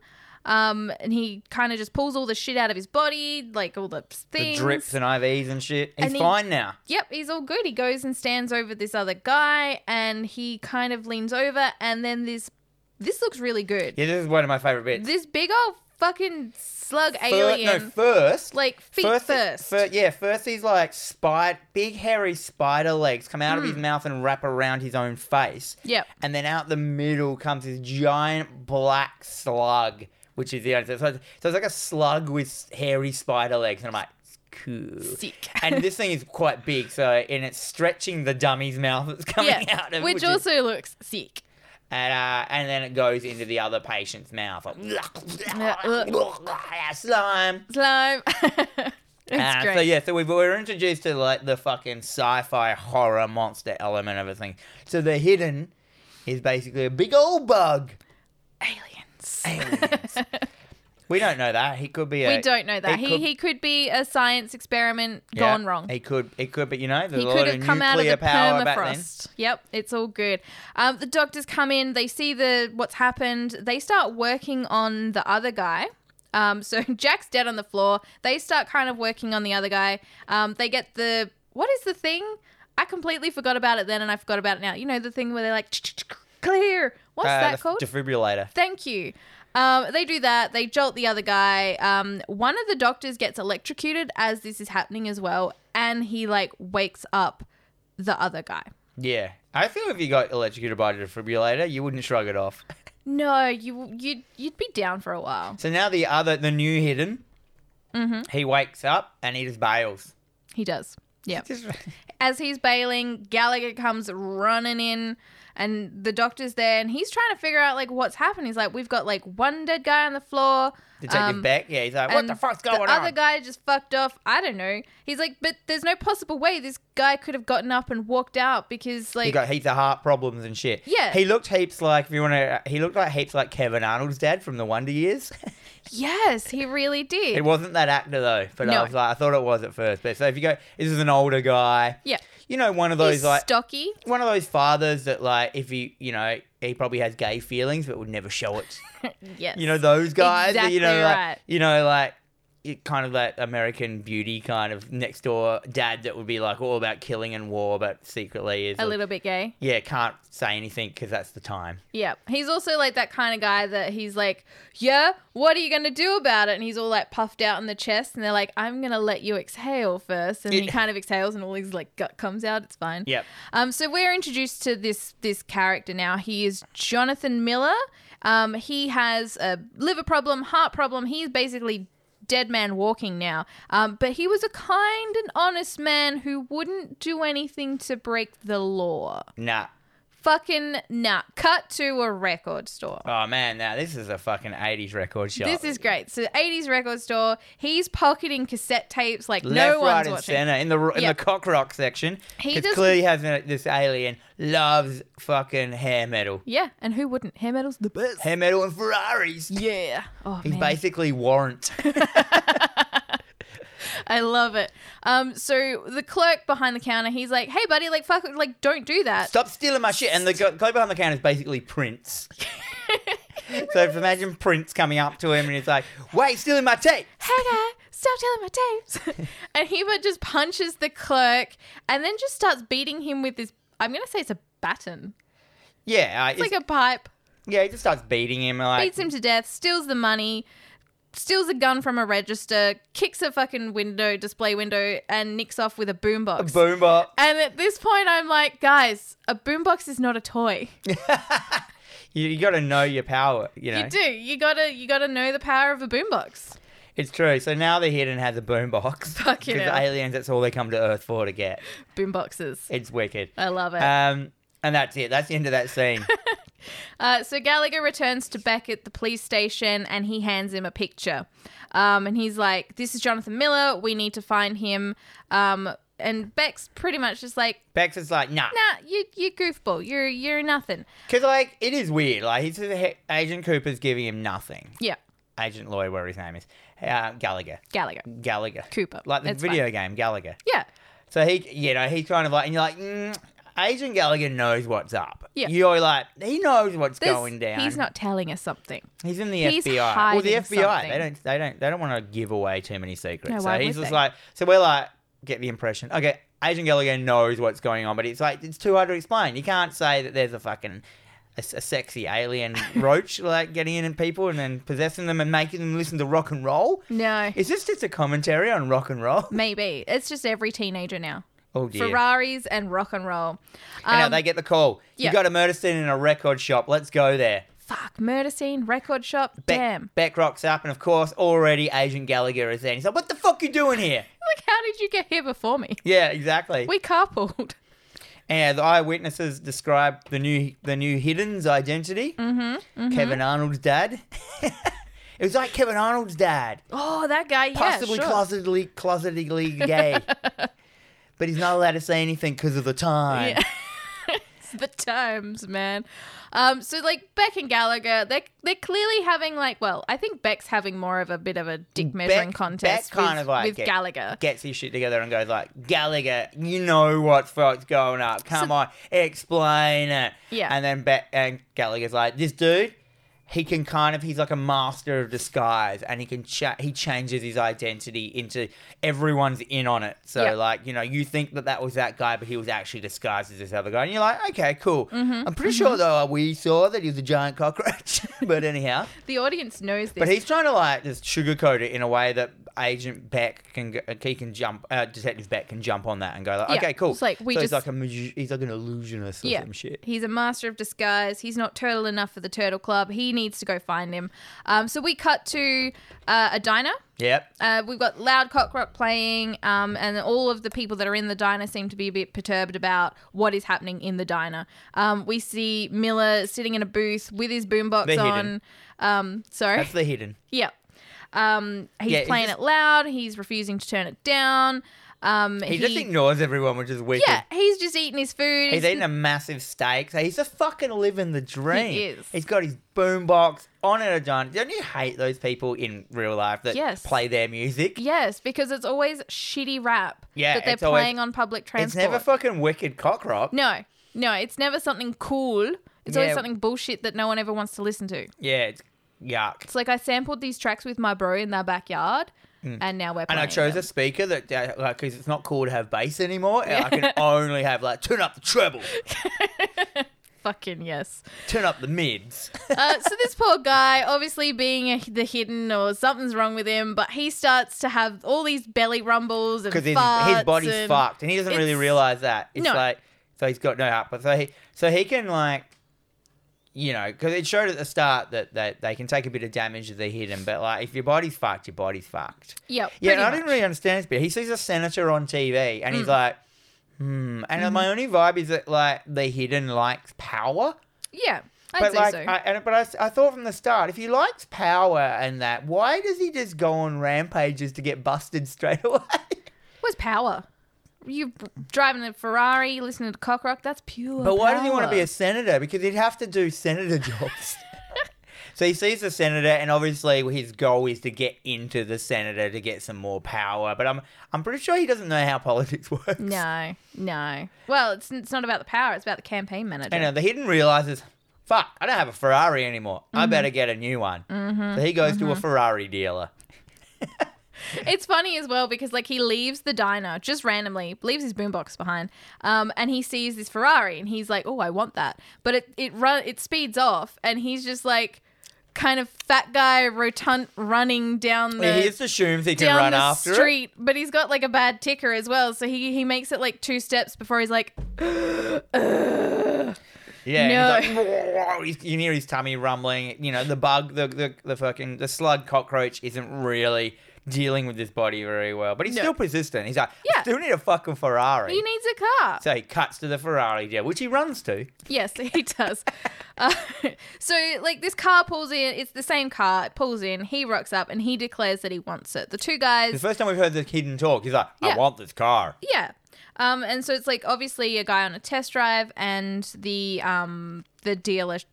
Speaker 2: Um and he kind of just pulls all the shit out of his body, like all the
Speaker 1: The
Speaker 2: things.
Speaker 1: drips and IVs and shit. He's
Speaker 2: And he-
Speaker 1: fine now.
Speaker 2: Yep, he's all good. He goes and stands over this other guy and he kind of leans over and then this this looks really good.
Speaker 1: Yeah, this is one of my favorite bits.
Speaker 2: This big old fucking slug
Speaker 1: Fir-
Speaker 2: alien
Speaker 1: no, first.
Speaker 2: like feet first.
Speaker 1: First, fir- yeah, first he's like spider, big hairy spider legs come out of
Speaker 2: Hmm.
Speaker 1: his mouth and wrap around his own face.
Speaker 2: Yep.
Speaker 1: And then out the middle comes this giant black slug, which is the only. So, so it's like a slug with hairy spider legs, and I'm like, cool.
Speaker 2: Sick.
Speaker 1: and this thing is quite big, so and it's stretching the dummy's mouth that's coming
Speaker 2: yeah,
Speaker 1: out of
Speaker 2: which,
Speaker 1: which is-
Speaker 2: also looks sick.
Speaker 1: and uh, and then it goes into the other patient's mouth. Like, slime.
Speaker 2: slime. it's
Speaker 1: Ah,
Speaker 2: uh, great.
Speaker 1: So yeah, so we've, we're introduced to like the fucking sci-fi horror monster element of a thing. So the hidden is basically a big old bug.
Speaker 2: Aliens.
Speaker 1: Aliens. we don't know that. He could be. A,
Speaker 2: We don't know that.
Speaker 1: it
Speaker 2: He
Speaker 1: could-
Speaker 2: he could be a science experiment
Speaker 1: yeah,
Speaker 2: gone wrong.
Speaker 1: He could. It could. But you know, there's a
Speaker 2: He
Speaker 1: lot
Speaker 2: could
Speaker 1: of
Speaker 2: have come out of
Speaker 1: nuclear
Speaker 2: the
Speaker 1: power back then.
Speaker 2: permafrost. Yep, it's all good. Um, the doctors come in. They see the what's happened. They start working on the other guy. Um, so Jack's dead on the floor. They start kind of working on the other guy. Um, they get the what is the thing? I completely forgot about it then, and I forgot about it now. You know the thing where they're like clear. What's
Speaker 1: Uh,
Speaker 2: that
Speaker 1: the
Speaker 2: called?
Speaker 1: Defibrillator.
Speaker 2: Thank you. Um, they do that. They jolt the other guy. Um, one of the doctors gets electrocuted as this is happening as well, and he like wakes up the other guy.
Speaker 1: Yeah. I feel if you got electrocuted by a defibrillator, you wouldn't shrug it off.
Speaker 2: No, you you you'd be down for a while.
Speaker 1: So now
Speaker 2: Mm-hmm.
Speaker 1: the other, the new hidden, he wakes up and he just bails.
Speaker 2: He does. Yeah. As he's bailing, Gallagher comes running in and the doctor's there and he's trying to figure out like what's happened. He's like, We've got like one dead guy on the floor.
Speaker 1: Detective
Speaker 2: um,
Speaker 1: Beck, yeah, he's like, what
Speaker 2: and
Speaker 1: the fuck's going
Speaker 2: the
Speaker 1: on?
Speaker 2: other guy just fucked off. I don't know. He's like, but there's no possible way this guy could have gotten up and walked out because
Speaker 1: he
Speaker 2: like
Speaker 1: got heaps of heart problems and shit.
Speaker 2: Yeah.
Speaker 1: he looked heaps like if you want to. He looked like heaps like Kevin Arnold's dad from The Wonder Years.
Speaker 2: yes, he really did.
Speaker 1: it wasn't that actor though, but I
Speaker 2: No.
Speaker 1: was like, I thought it was at first. But so if you go, this is an older guy.
Speaker 2: Yeah.
Speaker 1: you know, one of those
Speaker 2: he's
Speaker 1: like
Speaker 2: stocky.
Speaker 1: one of those fathers that like if he, you know, he probably has gay feelings but would never show it.
Speaker 2: Yes.
Speaker 1: You know those guys that you know,
Speaker 2: Exactly
Speaker 1: like,
Speaker 2: right.
Speaker 1: you know, like it- kind of that American beauty kind of next door dad that would be like all about killing and war, but secretly is
Speaker 2: a little bit gay.
Speaker 1: yeah can't say anything because that's the time.
Speaker 2: Yeah. He's also like that kind of guy that he's like, Yeah, what are you going to do about it? And he's all like puffed out in the chest. And they're like, I'm going to let you exhale first. And
Speaker 1: It-
Speaker 2: he kind of exhales and all his like gut comes out. It's fine.
Speaker 1: Yep.
Speaker 2: Um, so we're introduced to this this character now. He is Jonathan Miller. Um, he has a liver problem, heart problem. He's basically dead man walking now. Um, but he was a kind and honest man who wouldn't do anything to break the law.
Speaker 1: Nah.
Speaker 2: Fucking nah. Cut to a record store.
Speaker 1: Oh man, now this is a fucking '80s record shop.
Speaker 2: This is great. So 80s record store. He's pocketing cassette tapes like
Speaker 1: left, right,
Speaker 2: no one's
Speaker 1: and
Speaker 2: watching.
Speaker 1: center in the in
Speaker 2: Yeah.
Speaker 1: the cock rock section.
Speaker 2: He
Speaker 1: Because
Speaker 2: doesn't-
Speaker 1: clearly has a, this alien loves fucking hair metal,
Speaker 2: Yeah, and who wouldn't? Hair metal's the best.
Speaker 1: hair metal and Ferraris.
Speaker 2: yeah. Oh,
Speaker 1: He's
Speaker 2: man.
Speaker 1: basically warrant.
Speaker 2: I love it. Um, so the clerk behind the counter, he's like, "Hey, buddy, like, fuck, like, don't do that."
Speaker 1: Stop stealing my shit. And the guy guy behind the counter is basically Prince. so if- imagine Prince coming up to him and he's like, "Wait, stealing my tape."
Speaker 2: Hey guy, stop telling my tapes. and he but just punches the clerk, and then just starts beating him with this. I'm gonna say it's a baton.
Speaker 1: Yeah, uh,
Speaker 2: It's like a pipe.
Speaker 1: yeah. He just starts beating him. Like,
Speaker 2: Beats him to death. Steals the money. Steals a gun from a register. Kicks a fucking window, display window, and nicks off with a boombox.
Speaker 1: boom bop.
Speaker 2: and at this point, I'm like, guys, a boombox is not a toy.
Speaker 1: You, you got to know your power. You know,
Speaker 2: You do. You gotta. You gotta know the power of a boombox.
Speaker 1: it's true. So now the hidden has a boom box.
Speaker 2: Fucking hell.
Speaker 1: aliens, that's all they come to Earth for to get.
Speaker 2: Boomboxes.
Speaker 1: It's wicked.
Speaker 2: I love it. Uh,
Speaker 1: Um, and that's it. That's the end of that scene.
Speaker 2: Uh, so Gallagher returns to Beck at the police station and he hands him a picture. Um, and he's like, This is Jonathan Miller. We need to find him. Um, and Beck's pretty much just like,
Speaker 1: Bex is like, nah.
Speaker 2: Nah, you, you goofball. You're, you're nothing.
Speaker 1: Because, like, it is weird. Like, he's he, Agent Cooper's giving him nothing.
Speaker 2: Yeah,
Speaker 1: Agent Lloyd, whatever his name is. Uh, Gallagher.
Speaker 2: Gallagher.
Speaker 1: Gallagher.
Speaker 2: Cooper.
Speaker 1: Like the
Speaker 2: It's
Speaker 1: video game, Gallagher.
Speaker 2: Yeah.
Speaker 1: So he, you know, he's kind of like, and you're like, mm, Agent Gallagher knows what's up.
Speaker 2: Yeah.
Speaker 1: You're like, he knows what's
Speaker 2: This-
Speaker 1: going down.
Speaker 2: He's not telling us something.
Speaker 1: He's in the
Speaker 2: He's
Speaker 1: FBI. Well, the
Speaker 2: hiding
Speaker 1: FBI. They
Speaker 2: something.
Speaker 1: don't. They don't. They don't want to give away too many secrets.
Speaker 2: No,
Speaker 1: so
Speaker 2: why
Speaker 1: he's
Speaker 2: would
Speaker 1: just
Speaker 2: they?
Speaker 1: like. So we're like, get the impression. Okay, Agent Gallagher knows what's going on, but it's like it's too hard to explain. You can't say that there's a fucking. A, s- a sexy alien roach like getting in and people and then possessing them and making them listen to rock and roll.
Speaker 2: No.
Speaker 1: Is this just a commentary on rock and roll?
Speaker 2: Maybe. It's just every teenager now.
Speaker 1: Oh dear!
Speaker 2: Ferraris and rock and roll.
Speaker 1: and now
Speaker 2: Um,
Speaker 1: they get the call. You
Speaker 2: yeah.
Speaker 1: got a murder scene in a record shop. Let's go there.
Speaker 2: Fuck, murder scene, record shop.
Speaker 1: Beck,
Speaker 2: Damn.
Speaker 1: Beck rocks up, and of course, already Agent Gallagher is there. And he's like, "What the fuck you doing here?"
Speaker 2: Like, how did you get here before me?
Speaker 1: Yeah, exactly.
Speaker 2: We carpooled.
Speaker 1: and the eyewitnesses describe the new the new hidden's identity. Mm-hmm, Kevin Arnold's dad. it was like Kevin Arnold's dad,
Speaker 2: Oh, that guy, yeah,
Speaker 1: possibly
Speaker 2: sure.
Speaker 1: closetedly closetedly gay, but he's not allowed to say anything because of the time.
Speaker 2: Yeah. It's the terms, man. Um, so like Beck and Gallagher, they're they're clearly having like, well, I think Beck's having more of a bit of a dick measuring
Speaker 1: Beck-
Speaker 2: contest
Speaker 1: Beck kind
Speaker 2: with,
Speaker 1: of like
Speaker 2: with
Speaker 1: it.
Speaker 2: Gallagher.
Speaker 1: Gets his shit together and goes like, Gallagher, you know what fuck's going up. Come on, explain it.
Speaker 2: Yeah.
Speaker 1: And then Be- and Gallagher's like, this dude, he can kind of, he's like a master of disguise, and he can cha- he changes his identity into everyone's in on it. So
Speaker 2: Yeah.
Speaker 1: like, you know, you think that that was that guy, but he was actually disguised as this other guy, and you're like, okay, cool.
Speaker 2: Mm-hmm.
Speaker 1: I'm pretty sure though we saw that he was a giant cockroach, but anyhow.
Speaker 2: The audience knows this.
Speaker 1: But he's trying to like just sugarcoat it in a way that Agent Beck can go, he can jump, uh, Detective Beck can jump on that and go like,
Speaker 2: Yeah,
Speaker 1: okay, cool.
Speaker 2: it's like we
Speaker 1: so he's like
Speaker 2: just-
Speaker 1: a magi- he's like an illusionist or
Speaker 2: yeah,
Speaker 1: some shit.
Speaker 2: he's a master of disguise. He's not turtle enough for the Turtle Club. He needs to go find him. Um, so we cut to uh, a diner
Speaker 1: Yep.
Speaker 2: Uh, we've got loud cock rock playing, um, and all of the people that are in the diner seem to be a bit perturbed about what is happening in the diner. Um, we see Miller sitting in a booth with his boombox
Speaker 1: They're
Speaker 2: on.
Speaker 1: hidden.
Speaker 2: Um, sorry.
Speaker 1: That's the hidden.
Speaker 2: yep. Um, he's
Speaker 1: Yeah, he
Speaker 2: playing
Speaker 1: just-
Speaker 2: it loud. He's refusing to turn it down. Um,
Speaker 1: He, just ignores everyone, which is wicked.
Speaker 2: yeah, he's just eating his food.
Speaker 1: He's eating a massive steak. So he's a fucking living the dream.
Speaker 2: He is.
Speaker 1: He's got his boombox on at a dime. Don't you hate those people in real life that
Speaker 2: Yes.
Speaker 1: play their music?
Speaker 2: Yes, because it's always shitty rap
Speaker 1: Yeah,
Speaker 2: that they're
Speaker 1: it's always-
Speaker 2: playing on public
Speaker 1: It's
Speaker 2: transport.
Speaker 1: never fucking wicked cock rock.
Speaker 2: no, no, it's never something cool. It's
Speaker 1: Yeah.
Speaker 2: always something bullshit that no one ever wants to listen to.
Speaker 1: Yeah, it's yuck.
Speaker 2: It's like I sampled these tracks with my bro in their backyard, and now we're playing.
Speaker 1: Mm. And I chose a
Speaker 2: them.
Speaker 1: speaker that, uh, like, because it's not cool to have bass anymore. I can only have, like, turn up the treble,
Speaker 2: fucking yes.
Speaker 1: turn up the mids.
Speaker 2: uh, so this poor guy, obviously being a, the hidden or something's wrong with him, but he starts to have all these belly rumbles and
Speaker 1: because his,
Speaker 2: farts
Speaker 1: his body's
Speaker 2: and-
Speaker 1: fucked and he doesn't really
Speaker 2: it's-
Speaker 1: realize that it's
Speaker 2: No.
Speaker 1: like so he's got no heart but so he so he can like you know because it showed at the start that, that they can take a bit of damage if they're hidden but like if your body's fucked your body's fucked
Speaker 2: Yep,
Speaker 1: yeah and
Speaker 2: pretty
Speaker 1: i didn't
Speaker 2: much. Mm.
Speaker 1: really understand this bit he sees a senator on tv and he's like hmm and
Speaker 2: Mm-hmm.
Speaker 1: my only vibe is that like the hidden likes power
Speaker 2: Yeah, I'd
Speaker 1: but
Speaker 2: say
Speaker 1: like,
Speaker 2: so.
Speaker 1: I, and, but I, s- I thought from the start, if he likes power and that, why does he just go on rampages to get busted straight away?
Speaker 2: Where's power? You b- driving a Ferrari, listening to cock rock, that's pure.
Speaker 1: But why does he want to be
Speaker 2: power.
Speaker 1: a senator? Because he'd have to do senator jobs. so he sees the senator, and obviously his goal is to get into the senator to get some more power. But I'm I'm pretty sure he doesn't know how politics works.
Speaker 2: No, no. Well, it's, it's not about the power, it's about the campaign manager.
Speaker 1: You know, the hidden realizes, fuck, I don't have a Ferrari anymore.
Speaker 2: Mm-hmm.
Speaker 1: I better get a new one. So he goes to a Ferrari dealer.
Speaker 2: It's funny as well because like he leaves the diner just randomly, leaves his boombox behind, um, and he sees this Ferrari and he's like, "Oh, I want that!" But it it run it speeds off and he's just like, kind of fat guy rotund running down the.
Speaker 1: he just assumes he can
Speaker 2: down
Speaker 1: run
Speaker 2: the
Speaker 1: after it.
Speaker 2: street, but he's got like a bad ticker as well, so he he makes it like two steps before he's like,
Speaker 1: Yeah, and he's like, he's- you hear his tummy rumbling. You know, the bug, the, the the fucking the slug cockroach isn't really dealing with his body very well, but he's
Speaker 2: No.
Speaker 1: still persistent. He's like,
Speaker 2: Yeah.
Speaker 1: I still need a fucking Ferrari.
Speaker 2: "He needs a car."
Speaker 1: so he cuts to the Ferrari deal, which he runs to.
Speaker 2: Yes, he does. uh, so, like, this car pulls in. It's the same car. It pulls in. He rocks up and he declares that he wants it. The two
Speaker 1: The
Speaker 2: guys.
Speaker 1: first time we've heard the kid talk, he's like,
Speaker 2: Yeah.
Speaker 1: I want this car.
Speaker 2: yeah. Um, and so it's like obviously a guy on a test drive and the um the dealership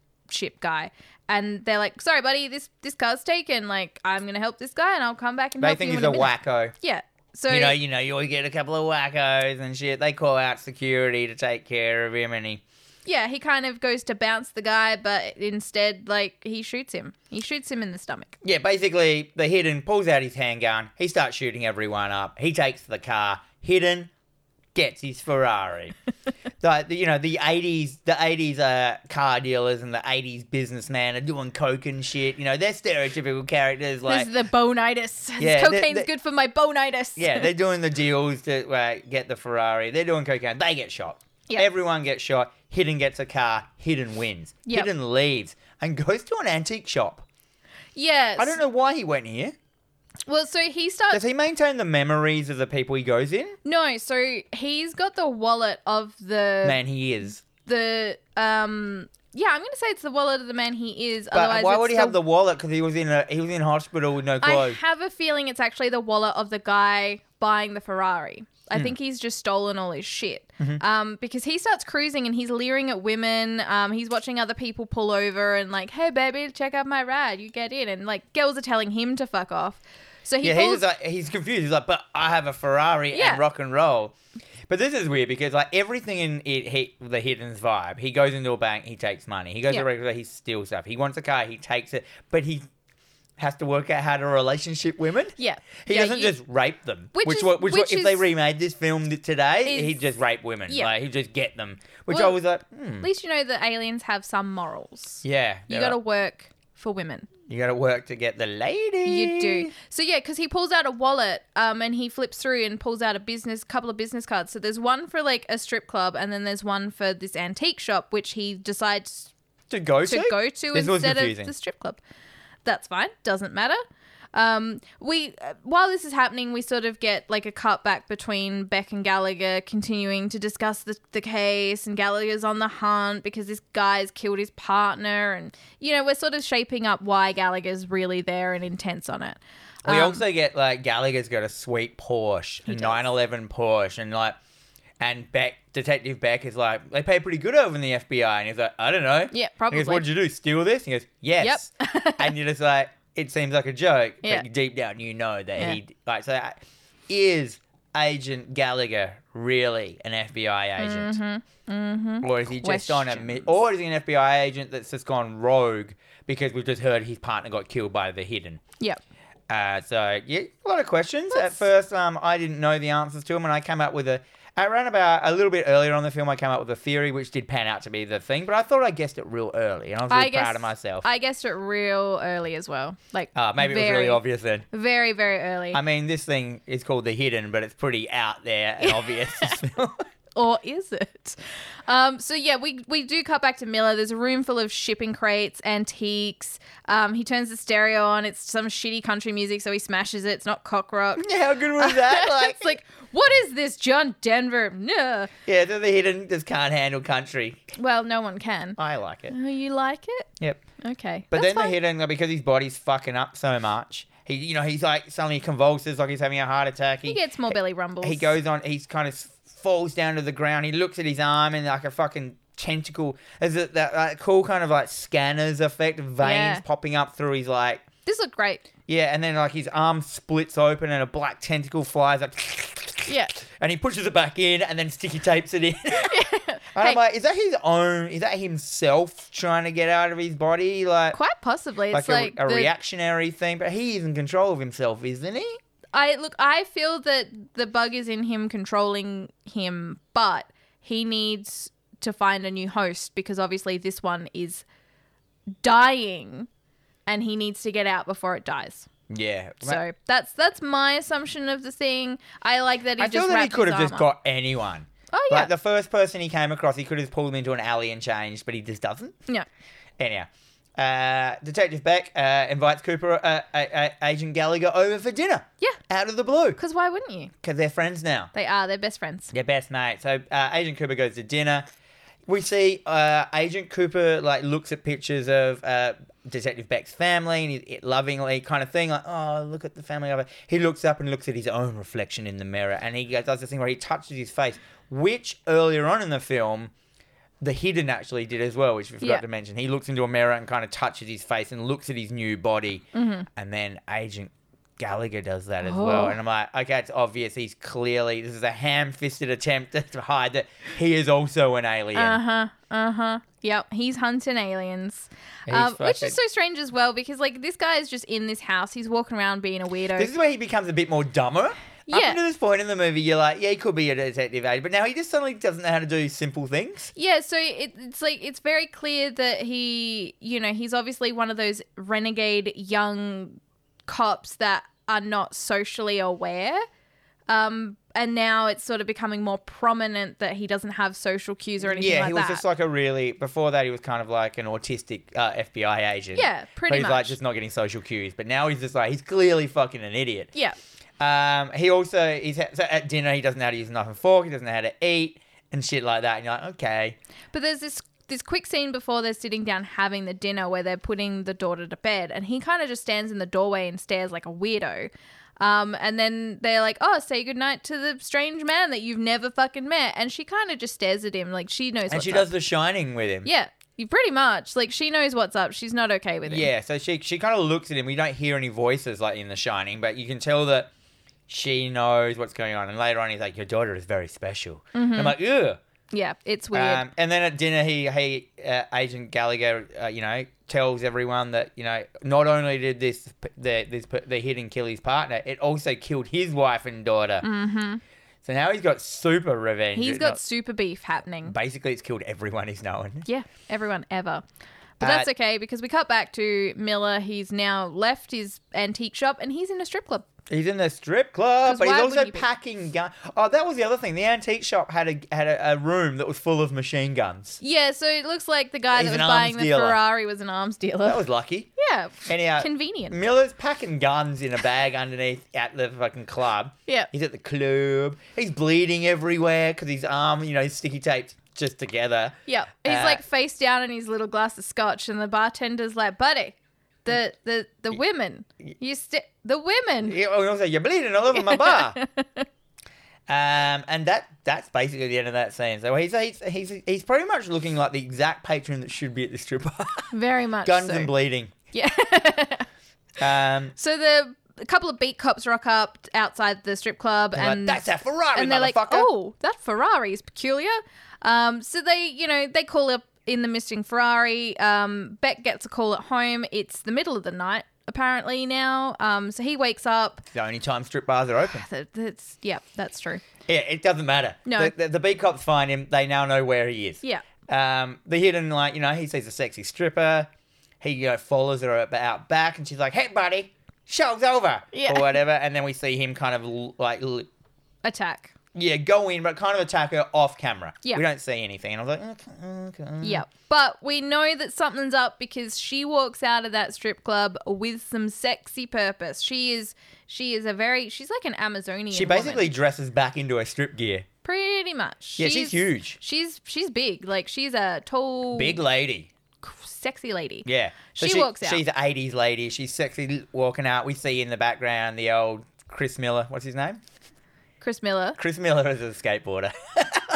Speaker 2: guy, and they're like, "Sorry, buddy, this this car's taken. Like, I'm gonna help this guy, and I'll come back and
Speaker 1: They
Speaker 2: help
Speaker 1: think
Speaker 2: you."
Speaker 1: he's
Speaker 2: in
Speaker 1: a
Speaker 2: minute."
Speaker 1: wacko.
Speaker 2: Yeah. So
Speaker 1: You know, you know, you always get a couple of wackos and shit. They call out security to take care of him, and he
Speaker 2: yeah, he kind of goes to bounce the guy, but instead, like, he shoots him. He shoots him in the stomach.
Speaker 1: Yeah, basically, the Hidden pulls out his handgun. He starts shooting everyone up. He takes the car. Hidden gets his Ferrari. the, the- you know, the 80s, the 80s uh, car dealers and the 80s businessmen are doing coke and shit. You know, they're stereotypical characters. Like,
Speaker 2: this is the bonitis.
Speaker 1: Yeah,
Speaker 2: this
Speaker 1: the-
Speaker 2: cocaine's
Speaker 1: the-
Speaker 2: good for my bonitis.
Speaker 1: yeah, they're doing the deals to uh, get the Ferrari. They're doing cocaine. They get shot.
Speaker 2: Yeah.
Speaker 1: Everyone gets shot. Hidden gets a car. Hidden wins.
Speaker 2: Yep.
Speaker 1: Hidden leaves and goes to an antique shop.
Speaker 2: yes.
Speaker 1: I don't know why he went here.
Speaker 2: Well, so he starts.
Speaker 1: Does he maintain the memories of the people he goes in?
Speaker 2: no, so he's got the wallet of the
Speaker 1: Man, he is.
Speaker 2: the um. Yeah, I'm gonna say it's the wallet of the man he is.
Speaker 1: But
Speaker 2: otherwise,
Speaker 1: why
Speaker 2: it's
Speaker 1: would he
Speaker 2: the-
Speaker 1: have the wallet? Because he was in a he was in hospital with no
Speaker 2: I
Speaker 1: clothes.
Speaker 2: have a feeling it's actually the wallet of the guy buying the Ferrari. I
Speaker 1: Hmm.
Speaker 2: think he's just stolen all his shit.
Speaker 1: Mm-hmm.
Speaker 2: Um, because he starts cruising and he's leering at women. Um, he's watching other people pull over and like, "Hey, baby, check out my ride. You get in." And like, girls are telling him to fuck off. So he
Speaker 1: yeah, he
Speaker 2: pulls
Speaker 1: was like he's confused. He's like, but I have a Ferrari
Speaker 2: Yeah.
Speaker 1: and rock and roll. But this is weird because like everything in it, he, the hidden's vibe. He goes into a bank, he takes money. He goes
Speaker 2: Yeah.
Speaker 1: to a regular, he steals stuff. He wants a car, he takes it. But he has to work out how to relationship women.
Speaker 2: Yeah.
Speaker 1: He
Speaker 2: Yeah,
Speaker 1: doesn't
Speaker 2: you-
Speaker 1: just rape them,
Speaker 2: Which
Speaker 1: which
Speaker 2: is-
Speaker 1: what, which, what,
Speaker 2: which
Speaker 1: if they
Speaker 2: is-
Speaker 1: remade this film th- today,
Speaker 2: is-
Speaker 1: he'd just rape women.
Speaker 2: Yeah.
Speaker 1: Like he'd just get them. Which I
Speaker 2: Well-
Speaker 1: was like, hmm,
Speaker 2: At least you know that aliens have some morals.
Speaker 1: yeah, they're
Speaker 2: You got to
Speaker 1: like,
Speaker 2: work for women.
Speaker 1: you gotta work to get the lady.
Speaker 2: You do. So yeah, because he pulls out a wallet, um, and he flips through and pulls out a business, couple of business cards. So there's one for like a strip club, and then there's one for this antique shop, which he decides
Speaker 1: to go
Speaker 2: to
Speaker 1: to
Speaker 2: go to
Speaker 1: This was
Speaker 2: instead of
Speaker 1: confusing.
Speaker 2: the strip club. That's fine. Doesn't matter. Um, we uh, while this is happening, we sort of get like a cutback between Beck and Gallagher continuing to discuss the, the case, and Gallagher's on the hunt because this guy's killed his partner, and you know we're sort of shaping up why Gallagher's really there and intense on it. Um,
Speaker 1: We also get like Gallagher's got a sweet Porsche, a 911 Porsche, and like, and Beck, Detective Beck is like, they pay pretty good over in the FBI, and he's like, I don't know.
Speaker 2: Yeah,
Speaker 1: He goes,
Speaker 2: probably.
Speaker 1: what'd you do? Steal this? And he goes, yes. and you're just like, it seems like a joke,
Speaker 2: Yeah.
Speaker 1: but deep down you know that
Speaker 2: Yeah.
Speaker 1: he like. So that- is Agent Gallagher really an FBI agent, or is he just on a mi-
Speaker 2: Mm-hmm. Questions.
Speaker 1: or is he an FBI agent that's just gone rogue because we've just heard his partner got killed by the hidden?
Speaker 2: Yep.
Speaker 1: Uh, so yeah, a lot of questions. At
Speaker 2: That's-
Speaker 1: first, um, I didn't know the answers to them, and I came up with a around about a little bit earlier on the film. I came up with a theory which did pan out to be the thing, but I thought I guessed it real early, and I was really
Speaker 2: I
Speaker 1: proud
Speaker 2: guess-
Speaker 1: of myself.
Speaker 2: I guessed it real early as well. Like
Speaker 1: uh, maybe it was really
Speaker 2: very-
Speaker 1: obvious then.
Speaker 2: Very, very early.
Speaker 1: I mean, this thing is called the hidden, but it's pretty out there and obvious.
Speaker 2: or is it? Um, so yeah, we we do cut back to Miller. There's a room full of shipping crates, antiques. Um, he turns the stereo on. It's some shitty country music, so he smashes it. It's not cockroach.
Speaker 1: yeah, how good was that? Like,
Speaker 2: it's like, what is this, John Denver? No.
Speaker 1: yeah, so the hidden just can't handle country.
Speaker 2: Well, no one can.
Speaker 1: I like it.
Speaker 2: Oh, you like it?
Speaker 1: Yep.
Speaker 2: Okay.
Speaker 1: But
Speaker 2: That's
Speaker 1: then
Speaker 2: fine.
Speaker 1: the hidden, like, because his body's fucking up so much, he, you know, he's like suddenly convulses, like he's having a heart attack.
Speaker 2: he gets more belly rumbles.
Speaker 1: he goes on he's kind of s- falls down to the ground he looks at his arm and like a fucking tentacle is it that, that cool kind of like scanners effect veins
Speaker 2: Yeah.
Speaker 1: popping up through his like
Speaker 2: This looked great.
Speaker 1: yeah and then like his arm splits open and a black tentacle flies up
Speaker 2: Yeah.
Speaker 1: and he pushes it back in and then sticky tapes it in and i'm
Speaker 2: Hey.
Speaker 1: like is that his own is that himself trying to get out of his body like
Speaker 2: Quite possibly.
Speaker 1: like
Speaker 2: It's
Speaker 1: a,
Speaker 2: like,
Speaker 1: a
Speaker 2: the-
Speaker 1: reactionary thing but he is in control of himself isn't he
Speaker 2: I look. I feel that the bug is in him controlling him, but he needs to find a new host because obviously this one is dying, and he needs to get out before it dies.
Speaker 1: yeah
Speaker 2: So that's that's my assumption of the thing. I like that he
Speaker 1: I
Speaker 2: just
Speaker 1: feel that he
Speaker 2: wrapped
Speaker 1: could
Speaker 2: his
Speaker 1: have just
Speaker 2: arm up.
Speaker 1: got anyone.
Speaker 2: Oh yeah,
Speaker 1: Like the first person he came across, he could have pulled him into an alley and changed, but he just doesn't.
Speaker 2: yeah.
Speaker 1: Anyhow, uh, Detective Beck uh, invites Cooper, uh, uh, uh, Agent Gallagher, over for dinner.
Speaker 2: Yeah.
Speaker 1: Out of the blue,
Speaker 2: Because why wouldn't you?
Speaker 1: because they're friends now.
Speaker 2: They are. They're best friends.
Speaker 1: They're best mates. So uh, Agent Cooper goes to dinner. We see uh, Agent Cooper like looks at pictures of uh, Detective Beck's family and he, it lovingly kind of thing like oh look at the family over. He looks up and looks at his own reflection in the mirror and he does this thing where he touches his face, which earlier on in the film. The hidden actually did as well, which we forgot
Speaker 2: Yeah.
Speaker 1: to mention. He looks into a mirror and kind of touches his face and looks at his new body, and then Agent Gallagher does that as well.
Speaker 2: Mm-hmm. Oh.
Speaker 1: And I'm like, okay, it's obvious. He's clearly this is a ham-fisted attempt to hide that he is also an alien.
Speaker 2: Uh huh. Uh huh. Yep. He's hunting aliens,
Speaker 1: He's
Speaker 2: um, which
Speaker 1: fucking-
Speaker 2: is so strange as well because like this guy is just in this house. He's walking around being a weirdo.
Speaker 1: This is where he becomes a bit more dumber. Up
Speaker 2: Yeah.
Speaker 1: until this point in the movie, you're like, yeah, he could be a detective agent, but now he just suddenly doesn't know how to do simple things.
Speaker 2: Yeah, so it, it's like it's very clear that he, you know, he's obviously one of those renegade young cops that are not socially aware. Um, and now it's sort of becoming more prominent that he doesn't have social cues or anything
Speaker 1: yeah,
Speaker 2: like
Speaker 1: he was
Speaker 2: that.
Speaker 1: just like a really. Before that, he was kind of like an autistic uh, FBI agent.
Speaker 2: yeah,
Speaker 1: But
Speaker 2: pretty
Speaker 1: he's
Speaker 2: much.
Speaker 1: like just not getting social cues. But now he's just like he's clearly fucking an idiot.
Speaker 2: yeah,
Speaker 1: Um, he also he's ha- so at dinner he doesn't know how to use a knife and fork. He doesn't know how to eat and shit like that. And you're like, okay,
Speaker 2: but there's this this quick scene before they're sitting down having the dinner where they're putting the daughter to bed, and he kind of just stands in the doorway and stares like a weirdo. Um, and then they're like, "Oh, say goodnight to the strange man that you've never fucking met," and she kind of just stares at him like she knows.
Speaker 1: and
Speaker 2: what's
Speaker 1: she
Speaker 2: up.
Speaker 1: does The Shining with him.
Speaker 2: yeah, you pretty much like she knows what's up. She's not okay with it.
Speaker 1: Yeah, so she she kind of looks at him. We don't hear any voices like in The Shining, but you can tell that she knows what's going on. And later on, he's like, "Your daughter is very special." And I'm like, "Ugh."
Speaker 2: yeah, it's Mm-hmm. weird.
Speaker 1: Um, and then at dinner, he he uh, Agent Gallagher, uh, you know, tells everyone that you know not only did this p- the this p- the hidden kill his partner, it also killed his wife and daughter. Mm-hmm. So now he's got super revenge.
Speaker 2: He's
Speaker 1: It's
Speaker 2: got
Speaker 1: not-
Speaker 2: super beef happening.
Speaker 1: basically it's killed everyone he's known.
Speaker 2: Yeah, everyone ever. But
Speaker 1: Uh,
Speaker 2: that's okay because we cut back to Miller. He's now left his antique shop and he's in a strip club.
Speaker 1: He's in the strip club,
Speaker 2: 'Cause
Speaker 1: but he's
Speaker 2: why
Speaker 1: also
Speaker 2: wouldn't you be?
Speaker 1: packing guns. Oh, that was the other thing. The antique shop had a had a, a room that was full of machine guns.
Speaker 2: Yeah, so it looks like the guy
Speaker 1: He's an
Speaker 2: that was
Speaker 1: arms
Speaker 2: buying the
Speaker 1: dealer.
Speaker 2: Ferrari was an arms dealer.
Speaker 1: That was lucky.
Speaker 2: yeah,
Speaker 1: Anyhow,
Speaker 2: convenient.
Speaker 1: Miller's packing guns in a bag underneath at the fucking club.
Speaker 2: Yeah.
Speaker 1: He's at the club. He's bleeding everywhere because his arm, you know, his sticky taped just together.
Speaker 2: Yeah, he's
Speaker 1: Uh,
Speaker 2: like face down in his little glass of scotch, and the bartender's like, "Buddy, the the the women, you sti the women."
Speaker 1: Mm. Yeah, oh, and also, you're bleeding all over my bar. Um, and that that's basically the end of that scene. So he's he's he's, he's pretty much looking like the exact patron that should be at the strip bar.
Speaker 2: Very much.
Speaker 1: Guns
Speaker 2: so.
Speaker 1: and bleeding.
Speaker 2: Yeah.
Speaker 1: Um,
Speaker 2: so the a couple of beat cops rock up outside the strip club,
Speaker 1: like,
Speaker 2: and
Speaker 1: that's a Ferrari,
Speaker 2: and they're
Speaker 1: motherfucker.
Speaker 2: like, "Oh, that Ferrari is peculiar." Um, so they, you know, they call up in the missing Ferrari. Um, Beck gets a call at home. It's the middle of the night apparently now. Um, so he wakes up.
Speaker 1: The only time strip bars are open.
Speaker 2: That- That's yeah, that's true.
Speaker 1: Yeah, it doesn't matter.
Speaker 2: No.
Speaker 1: The, the, the beat cops find him. They now know where he is.
Speaker 2: Yeah.
Speaker 1: Um, the hidden, like, you know, he sees a sexy stripper. He, you know, follows her up- out back and she's like, hey, buddy, show's over.
Speaker 2: Yeah.
Speaker 1: Or whatever. And then we see him kind of, l- like, l-
Speaker 2: Attack.
Speaker 1: yeah, go in, but kind of attack her off camera.
Speaker 2: Yeah.
Speaker 1: We don't see anything. And I was like, okay, okay.
Speaker 2: Yeah. But we know that something's up because she walks out of that strip club with some sexy purpose. She is she is a very she's like an Amazonian.
Speaker 1: She
Speaker 2: woman.
Speaker 1: basically dresses back into her strip gear.
Speaker 2: pretty much.
Speaker 1: Yeah, she's huge.
Speaker 2: She's she's big. Like she's a tall
Speaker 1: Big lady.
Speaker 2: sexy lady.
Speaker 1: Yeah.
Speaker 2: She walks out.
Speaker 1: She's an 80s lady. She's sexy walking out. We see in the background the old Chris Miller. What's his name?
Speaker 2: Chris Miller.
Speaker 1: Chris Miller is a skateboarder.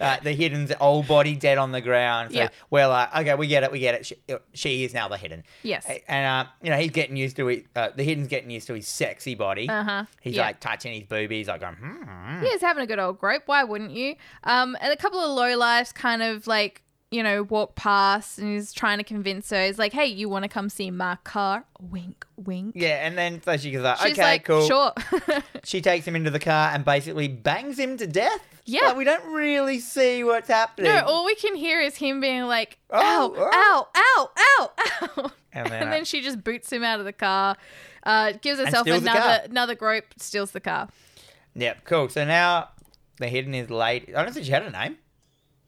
Speaker 1: uh, the hidden's old body dead on the ground. So
Speaker 2: Yeah.
Speaker 1: we're like, okay, we get it, we get it. She, she is now the hidden.
Speaker 2: Yes.
Speaker 1: And, uh, you know, he's getting used to it. Uh, the hidden's getting used to his sexy body.
Speaker 2: Uh-huh.
Speaker 1: He's
Speaker 2: Yeah.
Speaker 1: like touching his boobies, like going, hmm.
Speaker 2: Yeah, he's having a good old grope. Why wouldn't you? Um, and a couple of low lifes kind of like, you know, walk past and he's trying to convince her. He's like, hey, you want to come see my car? Wink, wink.
Speaker 1: Yeah, and then so she's like,
Speaker 2: She's
Speaker 1: okay,
Speaker 2: like,
Speaker 1: cool.
Speaker 2: sure.
Speaker 1: She takes him into the car and basically bangs him to death.
Speaker 2: Yeah.
Speaker 1: Like, we don't really see what's happening.
Speaker 2: no, all we can hear is him being like, ow,
Speaker 1: Oh,
Speaker 2: ow, ow, ow, ow.
Speaker 1: And then,
Speaker 2: and
Speaker 1: uh,
Speaker 2: then she just boots him out of the car, uh, gives herself
Speaker 1: steals the car.
Speaker 2: another another grope, steals the car.
Speaker 1: Yep, cool. So now the hidden is late. I don't think she had a name.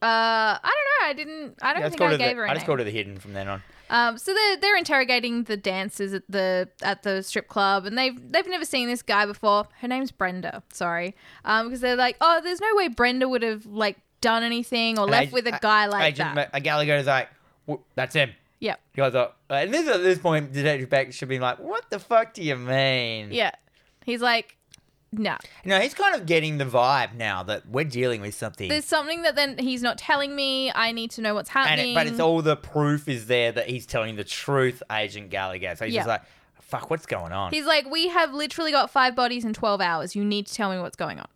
Speaker 2: Uh, I don't know. I didn't. I don't
Speaker 1: I, just
Speaker 2: think
Speaker 1: called
Speaker 2: I
Speaker 1: her the-
Speaker 2: gave her. A
Speaker 1: I just
Speaker 2: name.
Speaker 1: called her the hidden from then on.
Speaker 2: Um, so they're they're interrogating the dancers at the at the strip club, and they've they've never seen this guy before. Her name's Brenda. Sorry, um, because they're like, oh, there's no way Brenda would have like done anything or
Speaker 1: And
Speaker 2: left
Speaker 1: Ag-
Speaker 2: with a
Speaker 1: A-
Speaker 2: guy like
Speaker 1: Agent
Speaker 2: that.
Speaker 1: Ma- Gallagher's like, "W- that's him.
Speaker 2: yeah,
Speaker 1: You guys are. And this at this point, Detective Beck should be like, what the fuck do you mean?
Speaker 2: yeah. He's like, nah.
Speaker 1: No, he's kind of getting the vibe now that we're dealing with something.
Speaker 2: There's something that then he's not telling me. I need to know what's
Speaker 1: and
Speaker 2: happening.
Speaker 1: it, but it's all the proof is there that he's telling the truth, Agent Gallagher. So he's just
Speaker 2: Yeah.
Speaker 1: like, fuck, what's going on?
Speaker 2: He's like, we have literally got five bodies in 12 hours. You need to tell me what's going on.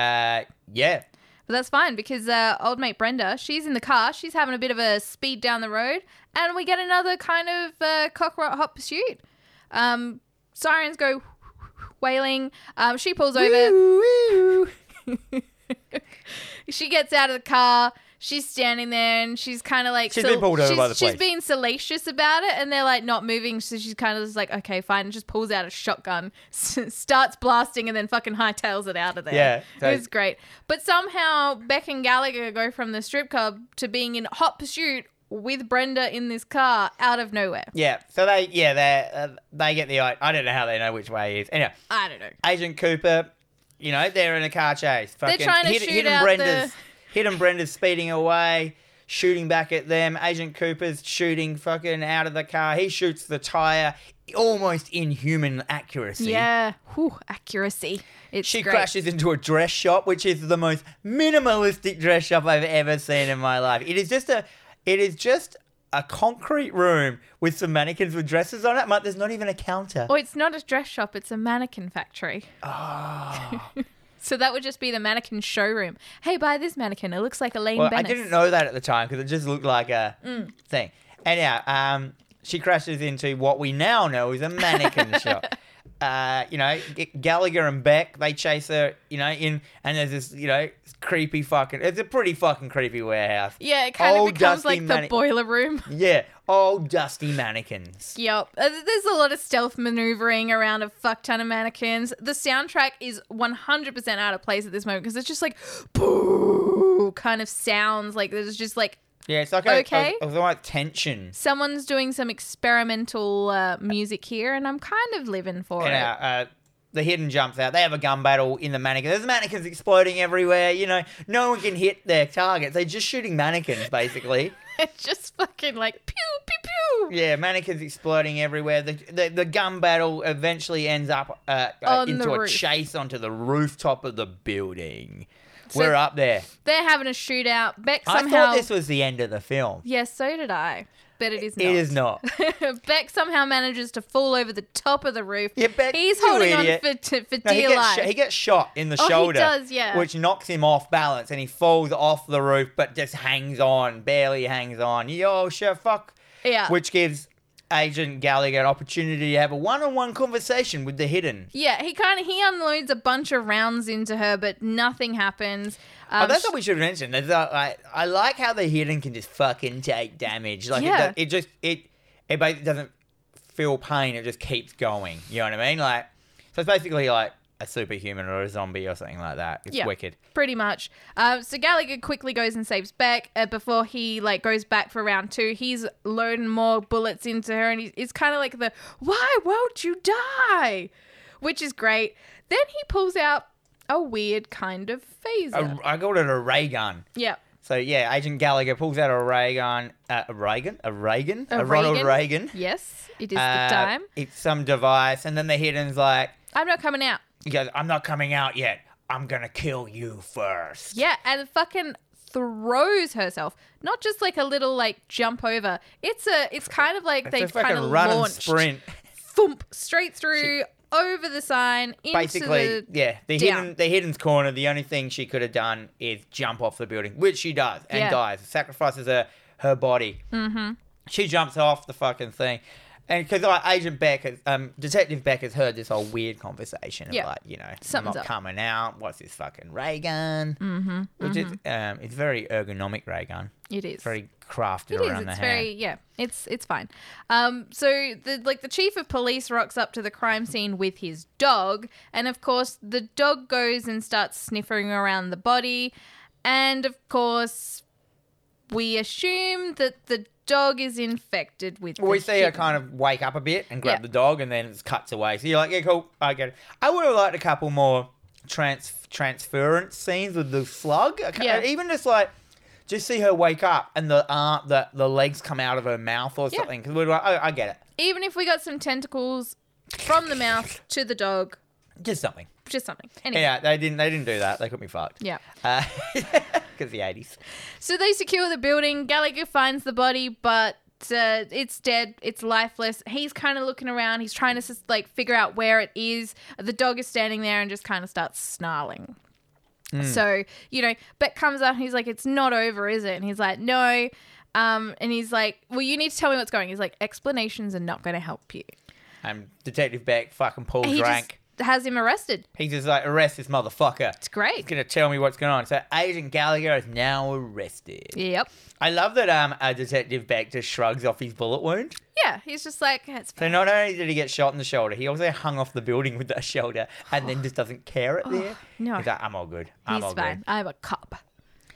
Speaker 1: Uh, yeah.
Speaker 2: But that's fine because uh, old mate Brenda, she's in the car. She's having a bit of a speed down the road, and we get another kind of uh, cockroach hot pursuit. Um, sirens go wailing. Um, she pulls over. she gets out of the car. She's standing there and she's kind of like
Speaker 1: She's been pulled over
Speaker 2: she's,
Speaker 1: by the
Speaker 2: she's
Speaker 1: police.
Speaker 2: being salacious about it, and they're like not moving. So she's kind of just like, okay, fine. And just pulls out a shotgun, starts blasting, and then fucking hightails it out of there.
Speaker 1: Yeah, so-
Speaker 2: it was great. But somehow Beck and Gallagher go from the strip club to being in hot pursuit with Brenda in this car out of nowhere.
Speaker 1: Yeah. So they, yeah, they uh, they get the. I I don't know how they know which way he is. Anyway,
Speaker 2: I don't know.
Speaker 1: Agent Cooper, you know, they're in a car chase. Fucking
Speaker 2: trying to shoot
Speaker 1: hidden
Speaker 2: out
Speaker 1: Brenda's, hidden Brenda's speeding away, shooting back at them. Agent Cooper's shooting fucking out of the car. He shoots the tire, almost inhuman accuracy.
Speaker 2: Yeah, Whew, accuracy. It's
Speaker 1: She
Speaker 2: great.
Speaker 1: crashes into a dress shop, which is the most minimalistic dress shop I've ever seen in my life. It is just a, it is just a concrete room with some mannequins with dresses on it. Mate, there's not even a counter.
Speaker 2: Oh, it's not a dress shop, it's a mannequin factory. So that would just be the mannequin showroom. Hey, buy this mannequin. It looks like Elaine
Speaker 1: Well, I
Speaker 2: Bennett.
Speaker 1: didn't know that at the time because it just looked like a
Speaker 2: Mm.
Speaker 1: thing. Anyhow, um, she crashes into what we now know is a mannequin shop. Uh, you know, G- Gallagher and Beck, they chase her, you know, in, and there's this, you know, creepy fucking, it's a pretty fucking creepy warehouse.
Speaker 2: Yeah, it kind
Speaker 1: Old
Speaker 2: of becomes
Speaker 1: dusty
Speaker 2: like the
Speaker 1: mani-
Speaker 2: boiler room.
Speaker 1: Yeah, old dusty mannequins.
Speaker 2: Yep. Uh, There's a lot of stealth maneuvering around a fuck ton of mannequins. The soundtrack is 100% out of place at this moment because it's just like boo kind of sounds. Like there's just like
Speaker 1: Yeah, it's like a,
Speaker 2: Okay.
Speaker 1: a, a, like tension.
Speaker 2: someone's doing some experimental uh, music here and I'm kind of living for
Speaker 1: And,
Speaker 2: it.
Speaker 1: uh, uh, the hidden jumps out. They have a gun battle in the mannequin. There's mannequins exploding everywhere. You know, no one can hit their targets. They're just shooting mannequins, basically.
Speaker 2: It's just fucking like pew, pew, pew.
Speaker 1: yeah, mannequins exploding everywhere. The, the the gun battle eventually ends up uh, uh,
Speaker 2: On
Speaker 1: into
Speaker 2: the
Speaker 1: a
Speaker 2: roof.
Speaker 1: chase onto the rooftop of the building.
Speaker 2: So-
Speaker 1: We're up there.
Speaker 2: They're having a shootout. Beck
Speaker 1: I
Speaker 2: somehow.
Speaker 1: thought this was the end of the film.
Speaker 2: Yes, so did I. But it is not.
Speaker 1: It is not.
Speaker 2: Beck somehow manages to fall over the top of the roof.
Speaker 1: Yeah, Beck,
Speaker 2: He's
Speaker 1: you
Speaker 2: holding
Speaker 1: idiot.
Speaker 2: on for, to, for
Speaker 1: No, he,
Speaker 2: dear
Speaker 1: gets
Speaker 2: life.
Speaker 1: shot, he gets shot in the
Speaker 2: Oh, he
Speaker 1: shoulder,
Speaker 2: does, yeah.
Speaker 1: which knocks him off balance, and he falls off the roof, but just hangs on, barely hangs on. Yo, shit, fuck.
Speaker 2: Yeah.
Speaker 1: Which gives Agent Gallagher an opportunity to have a one-on-one conversation with the hidden.
Speaker 2: yeah, he kind of he unloads a bunch of rounds into her, but nothing happens. Um,
Speaker 1: oh, that's
Speaker 2: sh-
Speaker 1: what we should mention. There's a, I, I like how the hidden can just fucking take damage. Like
Speaker 2: Yeah.
Speaker 1: it, does, it just it it basically doesn't feel pain. It just keeps going. You know what I mean? Like so, it's basically like a superhuman or a zombie or something like that. It's
Speaker 2: Yeah.
Speaker 1: wicked.
Speaker 2: pretty much. Um, so Gallagher quickly goes and saves Beck uh, before he like goes back for round two. He's loading more bullets into her, and he's, it's kind of like the "Why won't you die?" which is great. Then he pulls out a weird kind of
Speaker 1: A,
Speaker 2: phaser.
Speaker 1: I called it a ray gun.
Speaker 2: yeah.
Speaker 1: So yeah, Agent Gallagher pulls out a ray gun, uh, a Reagan, a Reagan,
Speaker 2: A
Speaker 1: a, Ronald
Speaker 2: Reagan.
Speaker 1: Reagan.
Speaker 2: Yes, it is
Speaker 1: Uh,
Speaker 2: the time.
Speaker 1: It's some device, and then the hidden's like,
Speaker 2: I'm not coming out.
Speaker 1: he goes, "I'm not coming out yet. I'm gonna kill you first.
Speaker 2: Yeah, and fucking throws herself. Not just like a little like jump over. It's a it's kind of like they
Speaker 1: It's a
Speaker 2: kind of
Speaker 1: fucking run
Speaker 2: launched
Speaker 1: and sprint.
Speaker 2: thump straight through over the sign into
Speaker 1: Basically,
Speaker 2: the
Speaker 1: yeah, the
Speaker 2: down.
Speaker 1: hidden, the hidden's corner. The only thing she could have done is jump off the building, which she does, and
Speaker 2: Yeah.
Speaker 1: dies. Sacrifices her her body. Mm-hmm. She jumps off the fucking thing. And because like, Agent Beck, has, um, Detective Beck has heard this whole weird conversation
Speaker 2: Yeah.
Speaker 1: of like, you know,
Speaker 2: Something's
Speaker 1: I'm not
Speaker 2: up.
Speaker 1: coming out. What's this fucking ray gun? Mm-hmm. Which is, um, it's very ergonomic ray gun.
Speaker 2: it is.
Speaker 1: Very crafted
Speaker 2: It is.
Speaker 1: around the
Speaker 2: It's
Speaker 1: hand.
Speaker 2: very yeah. It's it's fine. Um, so the like the chief of police rocks up to the crime scene with his dog, and of course the dog goes and starts sniffing around the body, and of course we assume that the dog is infected with.
Speaker 1: Well, we
Speaker 2: the
Speaker 1: see her
Speaker 2: kitten.
Speaker 1: kind of wake up a bit and grab
Speaker 2: Yeah.
Speaker 1: the dog, and then it cuts away. So you're like, yeah, cool, I get it. I would have liked a couple more trans transference scenes with the slug. Okay,
Speaker 2: Yeah.
Speaker 1: Even just like, just see her wake up and the uh, the the legs come out of her mouth or
Speaker 2: Yeah.
Speaker 1: something. Because we're like, oh, I get it.
Speaker 2: even if we got some tentacles from the mouth to the dog,
Speaker 1: Just something.
Speaker 2: just something. Anyway.
Speaker 1: Yeah, they didn't they didn't do that. They could be fucked.
Speaker 2: Yeah.
Speaker 1: Because the eighties.
Speaker 2: So they secure the building. Gallagher finds the body, but uh, it's dead. It's lifeless. He's kind of looking around. He's trying to sus- like figure out where it is. The dog is standing there and just kind of starts snarling.
Speaker 1: Hmm.
Speaker 2: So you know, Beck comes up and he's like, "It's not over, is it?" And he's like, "No." Um, and he's like, "Well, you need to tell me what's going." He's like, "Explanations are not going to help you."
Speaker 1: And Um, Detective Beck fucking pulls
Speaker 2: He
Speaker 1: rank.
Speaker 2: just has him arrested.
Speaker 1: He's just like, arrest this motherfucker.
Speaker 2: It's great.
Speaker 1: He's gonna tell me what's going on. So Agent Gallagher is now arrested.
Speaker 2: Yep.
Speaker 1: I love that um, uh, Detective Beck just shrugs off his bullet wound.
Speaker 2: Yeah. He's just like, "It's
Speaker 1: So not only did he get shot in the shoulder, he also hung off the building with that shoulder and then just doesn't care at the end.
Speaker 2: no.
Speaker 1: He's like, I'm all good. I'm
Speaker 2: Oh. he's
Speaker 1: all
Speaker 2: fine.
Speaker 1: good.
Speaker 2: I'm a cop.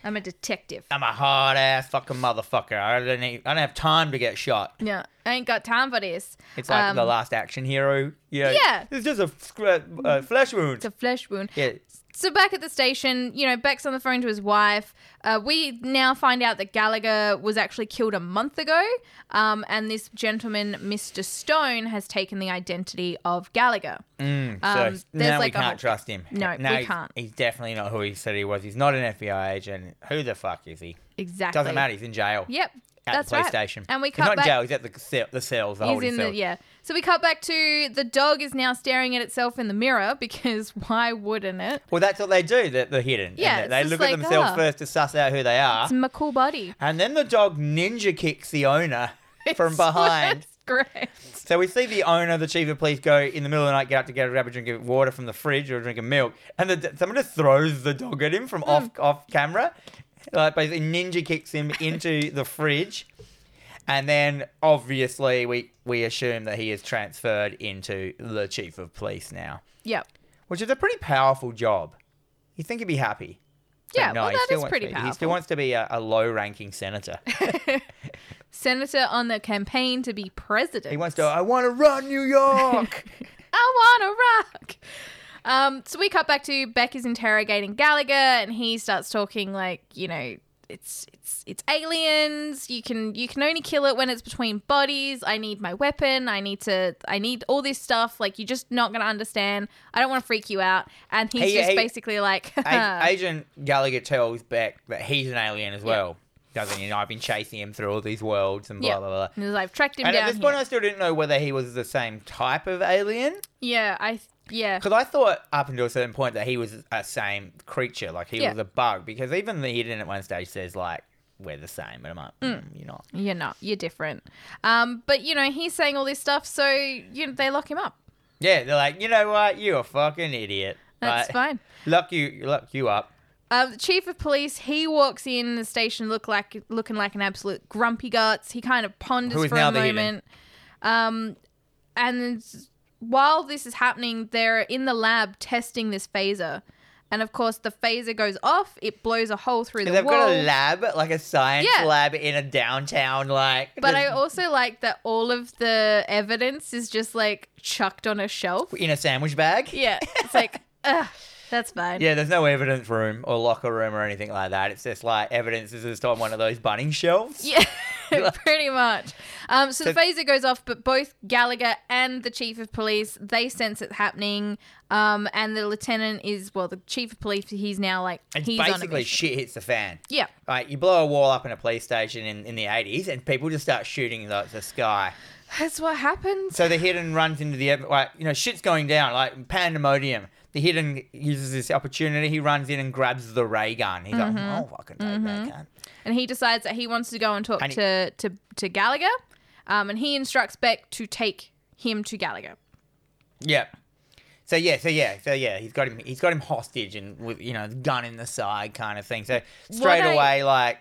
Speaker 2: I'm a detective."
Speaker 1: I'm a hard ass fucking motherfucker. I don't, need, I don't have time to get shot.
Speaker 2: Yeah, I ain't got time for this.
Speaker 1: It's like
Speaker 2: Um,
Speaker 1: the last action hero. You know,
Speaker 2: Yeah.
Speaker 1: It's just a, scra- uh flesh wound.
Speaker 2: It's a flesh wound.
Speaker 1: yeah.
Speaker 2: So back at the station, you know, Beck's on the phone to his wife. Uh, we now find out that Gallagher was actually killed a month ago, um, and this gentleman, Mr. Stone, has taken the identity of Gallagher.
Speaker 1: Mm. So
Speaker 2: Um, there's
Speaker 1: now
Speaker 2: like a
Speaker 1: we
Speaker 2: whole-
Speaker 1: can't trust him.
Speaker 2: No,
Speaker 1: now
Speaker 2: we
Speaker 1: he's-
Speaker 2: can't.
Speaker 1: He's definitely not who he said he was. He's not an FBI agent. Who the fuck is he?
Speaker 2: Exactly.
Speaker 1: Doesn't matter. He's in jail.
Speaker 2: Yep.
Speaker 1: At
Speaker 2: that's
Speaker 1: the police
Speaker 2: right.
Speaker 1: station.
Speaker 2: And we
Speaker 1: he's not
Speaker 2: cut
Speaker 1: in jail.
Speaker 2: back.
Speaker 1: He's at the cell, the cells. The
Speaker 2: He's
Speaker 1: holding
Speaker 2: in the
Speaker 1: cells.
Speaker 2: yeah. So we cut back to the dog is now staring at itself in the mirror because why wouldn't it?
Speaker 1: Well, that's what they do. The, the hidden.
Speaker 2: Yeah,
Speaker 1: isn't it?
Speaker 2: it's
Speaker 1: they
Speaker 2: just
Speaker 1: look
Speaker 2: like,
Speaker 1: at themselves
Speaker 2: ah.
Speaker 1: first to suss out who they are,
Speaker 2: It's my cool body.
Speaker 1: and then the dog ninja kicks the owner from
Speaker 2: It's
Speaker 1: behind.
Speaker 2: worst. Great.
Speaker 1: So we see the owner, the chief of police, go in the middle of the night, get up to get a grab a drink of water from the fridge or a drink of milk, and the, someone just throws the dog at him
Speaker 2: Hmm.
Speaker 1: from off off camera. Like basically, ninja kicks him into the fridge, and then obviously we we assume that he is transferred into the chief of police now,
Speaker 2: Yep.
Speaker 1: which is a pretty powerful job. You think he'd be happy? But
Speaker 2: Yeah, well,
Speaker 1: he
Speaker 2: that
Speaker 1: still
Speaker 2: is
Speaker 1: wants
Speaker 2: pretty
Speaker 1: to-
Speaker 2: powerful.
Speaker 1: He still wants to be a, a low-ranking senator.
Speaker 2: Senator on the campaign to be president.
Speaker 1: He wants to. I want to run New York.
Speaker 2: I want to rock. Um, so we cut back to Beck is interrogating Gallagher, and he starts talking like, you know, it's it's it's aliens. You can you can only kill it when it's between bodies. I need my weapon. I need to. I need all this stuff. Like you're just not gonna understand. I don't want to freak you out. And he's
Speaker 1: Hey,
Speaker 2: just
Speaker 1: hey,
Speaker 2: basically like,
Speaker 1: A- Agent Gallagher tells Beck that he's an alien as well. Doesn't he? You know, I've been chasing him through all these worlds and blah
Speaker 2: yeah.
Speaker 1: blah blah.
Speaker 2: And he's like, I've tracked him
Speaker 1: And at
Speaker 2: down.
Speaker 1: this point,
Speaker 2: here."
Speaker 1: I still didn't know whether he was the same type of alien
Speaker 2: yeah, I yeah.
Speaker 1: because I thought up until a certain point that he was a same creature, like he
Speaker 2: Yeah.
Speaker 1: was a bug. Because even the hidden at one stage says like we're the same, but I'm like, mm. you're not.
Speaker 2: You're not. You're different. Um, but you know, he's saying all this stuff, so you know, they lock him up.
Speaker 1: Yeah, they're like, you know what? You're a fucking idiot.
Speaker 2: That's
Speaker 1: Like,
Speaker 2: fine.
Speaker 1: Lock you, lock you up.
Speaker 2: Um, the chief of police, he walks in the station, look like looking like an absolute grumpy guts. He kind of ponders
Speaker 1: Who is
Speaker 2: for
Speaker 1: now
Speaker 2: a
Speaker 1: the hidden.
Speaker 2: moment. Um, and while this is happening, they're in the lab testing this phaser, and of course, the phaser goes off. It blows a hole through the
Speaker 1: They've
Speaker 2: wall.
Speaker 1: got a lab, like a science
Speaker 2: Yeah.
Speaker 1: lab in a downtown, like.
Speaker 2: But I
Speaker 1: just
Speaker 2: also like that all of the evidence is just like chucked on a shelf.
Speaker 1: in a sandwich bag.
Speaker 2: Yeah, it's like, ugh, that's fine.
Speaker 1: Yeah, there's no evidence room or locker room or anything like that. It's just like evidence is just on one of those bunning shelves.
Speaker 2: Yeah, pretty much. Um, so, the
Speaker 1: So-
Speaker 2: phaser goes off, but both Gallagher and the chief of police they sense it happening. Um, and the lieutenant is well, the chief of police. He's now like
Speaker 1: It's
Speaker 2: he's on a
Speaker 1: basically
Speaker 2: mission.
Speaker 1: shit hits the fan.
Speaker 2: Yeah,
Speaker 1: Like you blow a wall up in a police station in, in the 80s and people just start shooting the, the sky.
Speaker 2: that's what happens.
Speaker 1: So the hidden runs into the, ev- like, you know, shit's going down, like pandemonium. The hidden uses this opportunity. He runs in and grabs the ray gun. He's
Speaker 2: Mm-hmm.
Speaker 1: like, oh, I can take that gun.
Speaker 2: and he decides that he wants to go and talk
Speaker 1: And he-
Speaker 2: to to to Gallagher. Um, and he instructs Beck to take him to Gallagher.
Speaker 1: Yeah. So yeah, so yeah, so yeah, he's got him. He's got him hostage and with you know gun in the side kind of thing. So straight
Speaker 2: I-
Speaker 1: away, like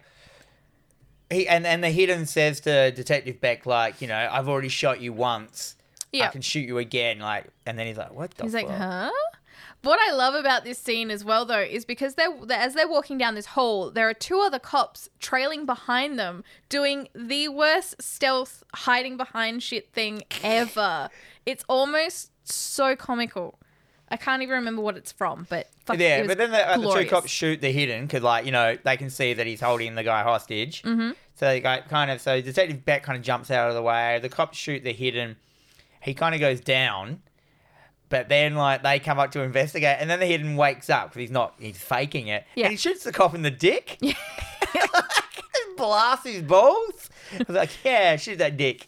Speaker 1: he and and the hidden says to Detective Beck, like you know, I've already shot you once. I
Speaker 2: Yeah.
Speaker 1: can shoot you again. Like, and then he's like, what the?
Speaker 2: He's
Speaker 1: fuck?
Speaker 2: like, huh? What I love about this scene as well, though, is because they're they're- as they're walking down this hall, there are two other cops trailing behind them, doing the worst stealth hiding behind shit thing ever. it's almost so comical. I can't even remember what it's from, but fuck, it
Speaker 1: Yeah,
Speaker 2: was
Speaker 1: but then the, uh, the two
Speaker 2: glorious.
Speaker 1: cops shoot the hidden because, like, you know, they can see that he's holding the guy hostage. Mm-hmm. So they go- kind of, so Detective Beck kind of jumps out of the way. The cops shoot the hidden. He kind of goes down, but then like they come up to investigate, and then the hidden wakes up because he's not, he's faking it,
Speaker 2: Yeah.
Speaker 1: and he shoots the cop in the dick. Yeah. Blasts his balls. I was like, yeah, shoot that dick.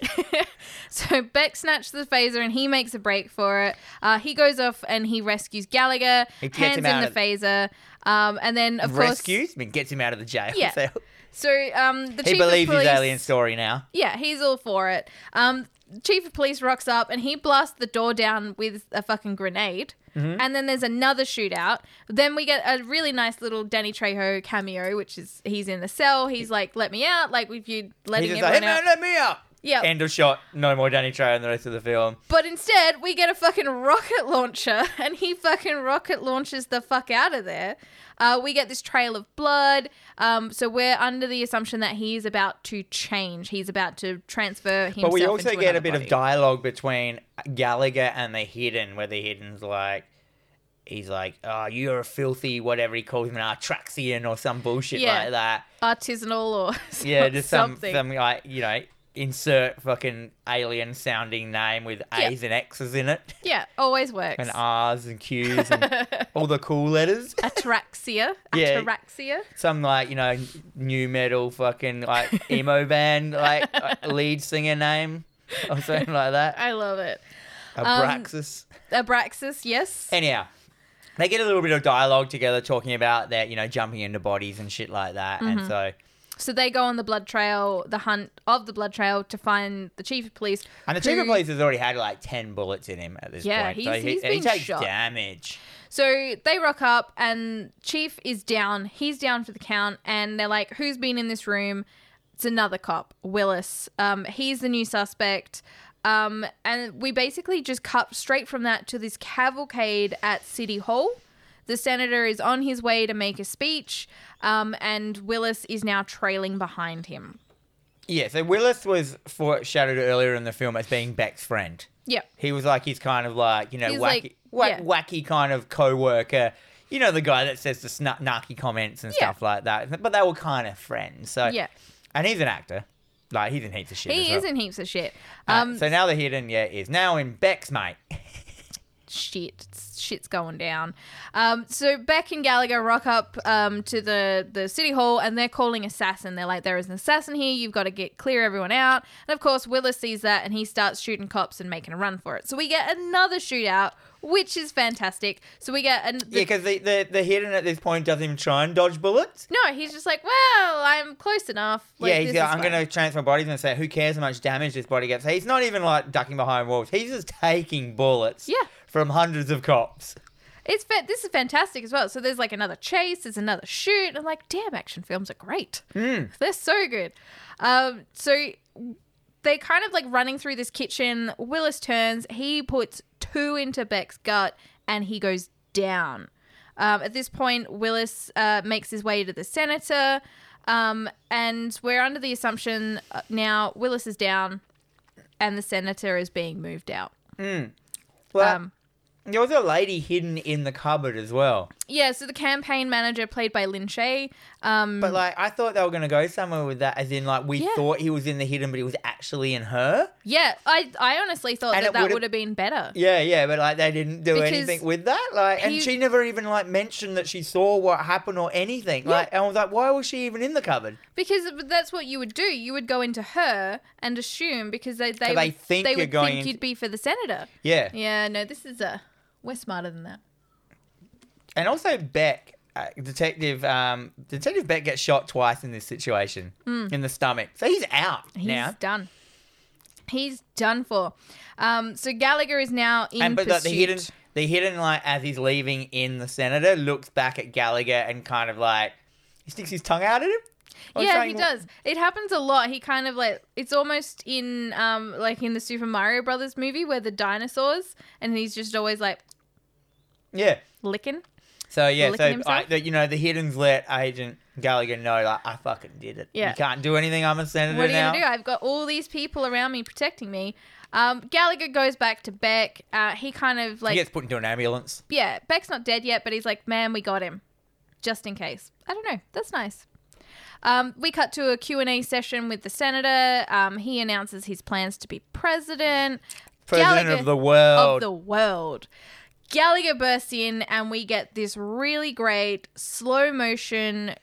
Speaker 2: So Beck snatches the phaser and he makes a break for it. Uh, he goes off and he rescues Gallagher,
Speaker 1: He gets
Speaker 2: hands
Speaker 1: him
Speaker 2: him,
Speaker 1: out
Speaker 2: the
Speaker 1: of-
Speaker 2: phaser, um, and then of course,
Speaker 1: Rescues him and gets him out of the jail.
Speaker 2: Yeah.
Speaker 1: cell.
Speaker 2: so um, the
Speaker 1: he
Speaker 2: chief
Speaker 1: believes
Speaker 2: of police,
Speaker 1: his alien story now.
Speaker 2: Yeah, he's all for it. Um, chief of police rocks up and he blasts the door down with a fucking grenade.
Speaker 1: Mm-hmm.
Speaker 2: And then there's another shootout. Then we get a really nice little Danny Trejo cameo, which is he's in the cell. He's like, "Let me out!" Like we've you
Speaker 1: He's
Speaker 2: letting
Speaker 1: just
Speaker 2: everyone
Speaker 1: like, hey
Speaker 2: out.
Speaker 1: man, let me out.
Speaker 2: yeah,
Speaker 1: End of shot. No more Danny Trejo in the rest of the film.
Speaker 2: but instead we get a fucking rocket launcher, and he fucking rocket launches the fuck out of there. Uh, we get this trail of blood. Um, so we're under the assumption that he is about to change. He's about to transfer himself.
Speaker 1: But we also
Speaker 2: into
Speaker 1: get a
Speaker 2: another
Speaker 1: bit of
Speaker 2: body.
Speaker 1: dialogue between Gallagher and the Hidden, where the Hidden's like, he's like, oh, you're a filthy, whatever he calls him, an Atraxian or some bullshit
Speaker 2: Yeah.
Speaker 1: like that.
Speaker 2: artisanal or
Speaker 1: Yeah, just some,
Speaker 2: something.
Speaker 1: some, like, you know, insert fucking alien sounding name with
Speaker 2: Yeah.
Speaker 1: A's and X's in it,
Speaker 2: Yeah, always works.
Speaker 1: and R's and Q's and all the cool letters.
Speaker 2: Ataraxia.
Speaker 1: Yeah.
Speaker 2: Ataraxia.
Speaker 1: some like you know new metal fucking like emo band like uh, lead singer name or something like that.
Speaker 2: I love it. Um,
Speaker 1: Abraxas.
Speaker 2: Abraxas, yes.
Speaker 1: Anyhow, they
Speaker 2: Mm-hmm.
Speaker 1: get a little bit of dialogue together talking about that you know jumping into bodies and shit like that, and so
Speaker 2: So they go on the blood trail, the hunt of the blood trail to find the chief of police.
Speaker 1: And the chief of
Speaker 2: who-
Speaker 1: police has already had like ten bullets in him at this
Speaker 2: Yeah,
Speaker 1: point.
Speaker 2: he's-
Speaker 1: so he,
Speaker 2: he's
Speaker 1: and he
Speaker 2: been
Speaker 1: takes
Speaker 2: shot.
Speaker 1: damage.
Speaker 2: So they rock up, and Chief is down. He's down for the count, and they're like, "Who's been in this room?" It's another cop, Willis. Um, he's the new suspect. Um, and we basically just cut straight from that to this cavalcade at City Hall. The senator is on his way to make a speech, um, and Willis is now trailing behind him.
Speaker 1: Yeah, so Willis was foreshadowed earlier in the film as being Beck's friend.
Speaker 2: Yep.
Speaker 1: He was like he's kind of like you know
Speaker 2: He's
Speaker 1: wacky,
Speaker 2: like-
Speaker 1: wa-
Speaker 2: yeah.
Speaker 1: wacky kind of co-worker. You know the guy that says the snu narky comments and
Speaker 2: Yeah.
Speaker 1: stuff like that. But they were kind of friends. So
Speaker 2: Yeah.
Speaker 1: and he's an actor. Like he's in heaps of shit. as
Speaker 2: He
Speaker 1: well.
Speaker 2: is in heaps of shit.
Speaker 1: Uh,
Speaker 2: Um,
Speaker 1: so now the hidden yeah is now in Beck's mate.
Speaker 2: shit shit's going down um, so beck and gallagher rock up um, to the, the city hall and they're calling assassin they're like there is an assassin here you've got to get clear everyone out and of course willis sees that and he starts shooting cops and making a run for it so we get another shootout which is fantastic so we get an,
Speaker 1: Yeah, because the, the the hidden at this point doesn't even try and dodge bullets.
Speaker 2: no he's just like well i'm close enough like,
Speaker 1: yeah, he's
Speaker 2: this
Speaker 1: going,
Speaker 2: is
Speaker 1: I'm
Speaker 2: fine."
Speaker 1: going to transfer bodies and say, who cares how much damage this body gets? He's not even like ducking behind walls. He's just taking bullets
Speaker 2: Yeah.
Speaker 1: from hundreds of cops.
Speaker 2: it's fa- this is fantastic as well so there's like another chase there's another shoot i'm like damn action films are great they're so good um, so they're kind of like running through this kitchen willis turns he puts two into beck's gut and he goes down um, at this point willis uh, makes his way to the senator um, and we're under the assumption uh, now willis is down and the senator is being moved out
Speaker 1: Well,
Speaker 2: um,
Speaker 1: there was a lady hidden in the cupboard as well.
Speaker 2: Yeah, so the campaign manager played by Lin Shay. Um,
Speaker 1: But like, I thought they were going to go somewhere with that, as in like we
Speaker 2: Yeah.
Speaker 1: thought he was in the hidden, but he was actually in her.
Speaker 2: yeah, I I honestly thought
Speaker 1: And
Speaker 2: that
Speaker 1: it
Speaker 2: that
Speaker 1: would've-
Speaker 2: would have been better.
Speaker 1: Yeah, yeah, but like they didn't do
Speaker 2: Because
Speaker 1: anything with that. Like, and
Speaker 2: he-
Speaker 1: she never even like mentioned that she saw what happened or anything. Like, and I was like, why was she even in the cupboard?
Speaker 2: Because that's what you would do. You would go into her and assume because they they,
Speaker 1: So they
Speaker 2: would,
Speaker 1: think
Speaker 2: they
Speaker 1: you're
Speaker 2: would
Speaker 1: going
Speaker 2: think
Speaker 1: into-
Speaker 2: you'd be for the senator.
Speaker 1: Yeah.
Speaker 2: Yeah, no, this is a we're smarter than that.
Speaker 1: And also Beck, uh, detective um, Detective Beck gets shot twice in this situation in the stomach, so he's out
Speaker 2: Mm. He's
Speaker 1: now.
Speaker 2: done. He's done for. Um, so Gallagher is now in
Speaker 1: And but like,
Speaker 2: pursuit.
Speaker 1: the hidden, the hidden like as he's leaving in the senator looks back at Gallagher and kind of like he sticks his tongue out at him. Or
Speaker 2: yeah, he
Speaker 1: something.
Speaker 2: does. It happens a lot. He kind of like it's almost in um like in the Super Mario Brothers movie where the dinosaurs and he's just always like
Speaker 1: Yeah.
Speaker 2: licking.
Speaker 1: So yeah,
Speaker 2: Licking
Speaker 1: so I,
Speaker 2: himself?
Speaker 1: the, you know the hidden's let Agent Gallagher know like I fucking did it.
Speaker 2: Yeah.
Speaker 1: You can't do anything. I'm a senator
Speaker 2: What are you
Speaker 1: now.
Speaker 2: gonna do? I've got all these people around me protecting me. Um, Gallagher goes back to Beck. Uh, he kind of like
Speaker 1: he gets put into an ambulance.
Speaker 2: yeah, Beck's not dead yet, but he's like, man, we got him, just in case. I don't know. That's nice. Um, we cut to a Q&A session with the senator. Um, he announces his plans to be president.
Speaker 1: President
Speaker 2: Gallagher-
Speaker 1: of the world.
Speaker 2: of the world. Gallagher bursts in, and we get this really great slow motion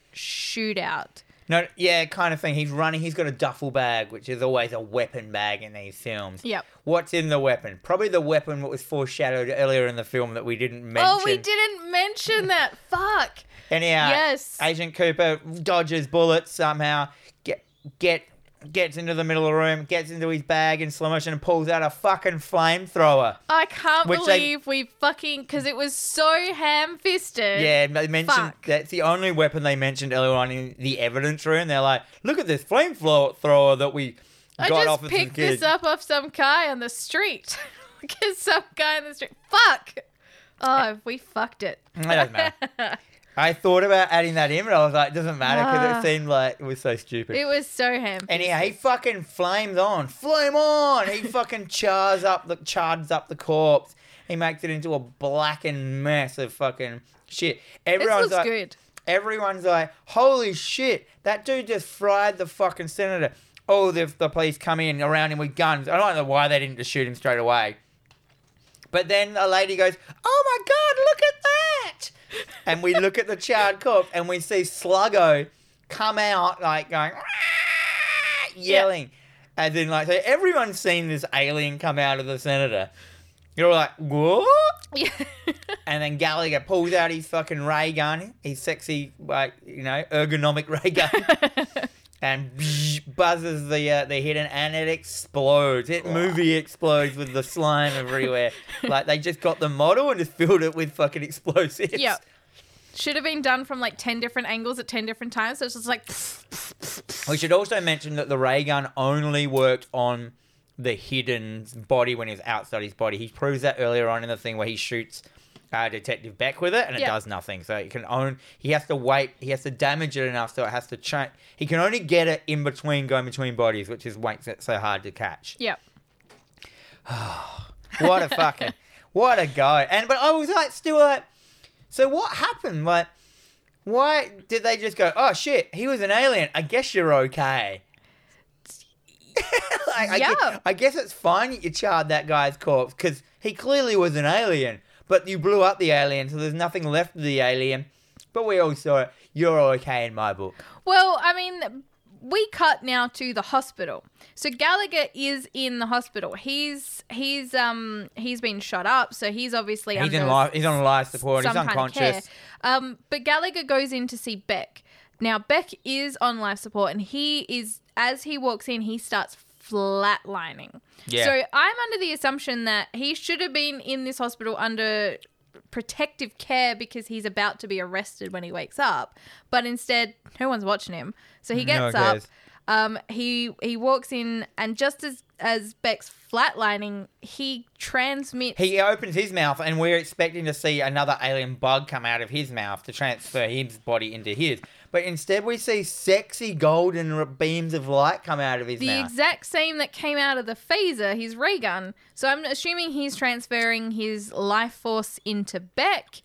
Speaker 2: shootout.
Speaker 1: No, yeah, kind of thing. He's running. He's got a duffel bag, which is always a weapon bag in these films.
Speaker 2: Yep.
Speaker 1: What's in the weapon? Probably the weapon that was foreshadowed earlier in the film that we didn't mention.
Speaker 2: Oh, we didn't mention that. Fuck.
Speaker 1: Anyhow,
Speaker 2: Yes.
Speaker 1: Agent Cooper dodges bullets somehow. Get get gets into the middle of the room, gets into his bag in slow motion, and pulls out a fucking flamethrower.
Speaker 2: I can't
Speaker 1: Which they-
Speaker 2: believe we fucking because it was so ham fisted.
Speaker 1: Yeah, and they mentioned
Speaker 2: Fuck.
Speaker 1: that's the only weapon they mentioned earlier on in the evidence room. They're like, look at this flamethrower that we
Speaker 2: I
Speaker 1: got
Speaker 2: just
Speaker 1: off of
Speaker 2: picked
Speaker 1: kid.
Speaker 2: this up off some guy on the street. Because some guy on the street. Fuck. Oh, we fucked it.
Speaker 1: Eh. It doesn't matter. I thought about adding that in, but I was like, it doesn't matter because
Speaker 2: Ah.
Speaker 1: it seemed like it was so stupid.
Speaker 2: it was so ham.
Speaker 1: Anyhow, he fucking flames on, flame on. He fucking chars up the chars up the corpse. He makes it into a blackened mess of fucking shit.
Speaker 2: This
Speaker 1: Everyone's
Speaker 2: looks
Speaker 1: like,
Speaker 2: good.
Speaker 1: everyone's like, holy shit, that dude just fried the fucking senator. Oh, the, the police come in around him with guns. I don't know why they didn't just shoot him straight away. But then a lady goes, oh my god, look at that! And we look at the charred corpse and we see Sluggo come out like going, "Ah!" yelling. As in, like, so everyone's seen this alien come out of the senator. You're like, what?
Speaker 2: Yeah.
Speaker 1: And then Gallagher pulls out his fucking ray gun, his sexy, like, you know, ergonomic ray gun, and buzzes the uh, the hidden, and it explodes. It movie explodes with the slime everywhere. like they just got the model and just filled it with fucking explosives.
Speaker 2: Yeah. Should have been done from like 10 different angles at 10 different times. So it's just like,
Speaker 1: We should also mention that the ray gun only worked on the hidden body when he was outside his body. He proves that earlier on in the thing where he shoots uh, Detective Beck with it, and it
Speaker 2: Yeah.
Speaker 1: does nothing. So it can own. He has to wait. He has to damage it enough so it has to change. He can only get it in between, going between bodies, which is makes it so hard to catch.
Speaker 2: yeah.
Speaker 1: What a fucking, what a go! And but I was like, still like, so what happened? Like, why did they just go? Oh shit, he was an alien. I guess you're okay. like, I, gue-
Speaker 2: Yeah.
Speaker 1: I guess it's fine that you charred that guy's corpse because he clearly was an alien, but you blew up the alien, so there's nothing left of the alien. But we all saw it. You're okay in my book.
Speaker 2: Well, I mean, we cut now to the hospital. So Gallagher is in the hospital. He's he's um he's been shot up, so he's obviously
Speaker 1: He's
Speaker 2: under
Speaker 1: in life. He's on life support. He's
Speaker 2: some kind of care.
Speaker 1: unconscious.
Speaker 2: Um, but Gallagher goes in to see Beck. Now Beck is on life support, and he is as he walks in, he starts flatlining.
Speaker 1: Yeah.
Speaker 2: So I'm under the assumption that he should have been in this hospital under protective care because he's about to be arrested when he wakes up, but instead no one's watching him. So he
Speaker 1: Mm, No one
Speaker 2: gets up.
Speaker 1: cares.
Speaker 2: Um, he he walks in, and just as as Beck's flatlining, he transmits.
Speaker 1: He opens his mouth, and we're expecting to see another alien bug come out of his mouth to transfer his body into his. But instead, we see sexy golden r- beams of light come out of his
Speaker 2: the
Speaker 1: mouth.
Speaker 2: exact same that came out of the phaser, his ray gun. So I'm assuming he's transferring his life force into Beck.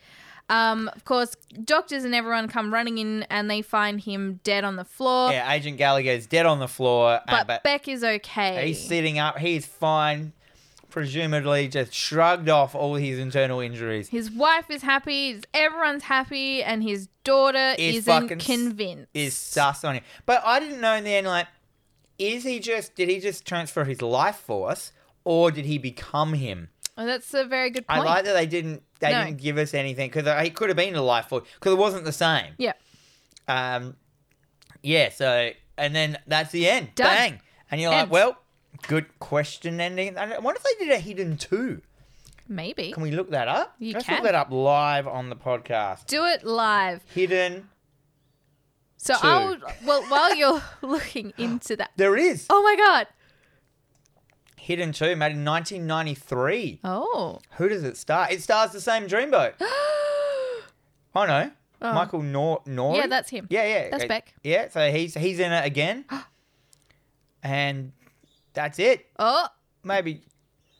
Speaker 2: Um, of course, doctors and everyone come running in and they find him dead on the floor.
Speaker 1: yeah, Agent Gallagher is dead on the floor, uh,
Speaker 2: but,
Speaker 1: but,
Speaker 2: Beck is okay.
Speaker 1: he's sitting up. He's fine, presumably just shrugged off all his internal injuries.
Speaker 2: his wife is happy, everyone's happy, and his daughter
Speaker 1: Is fucking
Speaker 2: isn't
Speaker 1: s-
Speaker 2: convinced.
Speaker 1: Is sus on him. But I didn't know in the end, like, is he just, did he just transfer his life force, or did he become him?
Speaker 2: Oh, that's a very good
Speaker 1: I
Speaker 2: point.
Speaker 1: like that they didn't they
Speaker 2: No.
Speaker 1: didn't give us anything because it could have been a life force because it wasn't the same.
Speaker 2: yeah.
Speaker 1: Um, yeah. So and then that's the end.
Speaker 2: Done.
Speaker 1: Bang. And you're like,
Speaker 2: Ends.
Speaker 1: well, good question ending. I don't- I wonder if they did a hidden two.
Speaker 2: Maybe.
Speaker 1: Can we look that up?
Speaker 2: You
Speaker 1: Let's
Speaker 2: can.
Speaker 1: look that up live on the podcast.
Speaker 2: Do it live.
Speaker 1: Hidden.
Speaker 2: So
Speaker 1: Two.
Speaker 2: I would well while you're looking into that.
Speaker 1: There is
Speaker 2: Oh my god.
Speaker 1: hidden two made in 1993.
Speaker 2: Oh.
Speaker 1: Who does it star? It stars the same Dreamboat. I know.
Speaker 2: Oh.
Speaker 1: Michael Nor Nor.
Speaker 2: Yeah, that's him.
Speaker 1: Yeah, yeah.
Speaker 2: That's
Speaker 1: Uh,
Speaker 2: Beck.
Speaker 1: Yeah, so he's he's in it again. and that's it.
Speaker 2: Oh,
Speaker 1: Maybe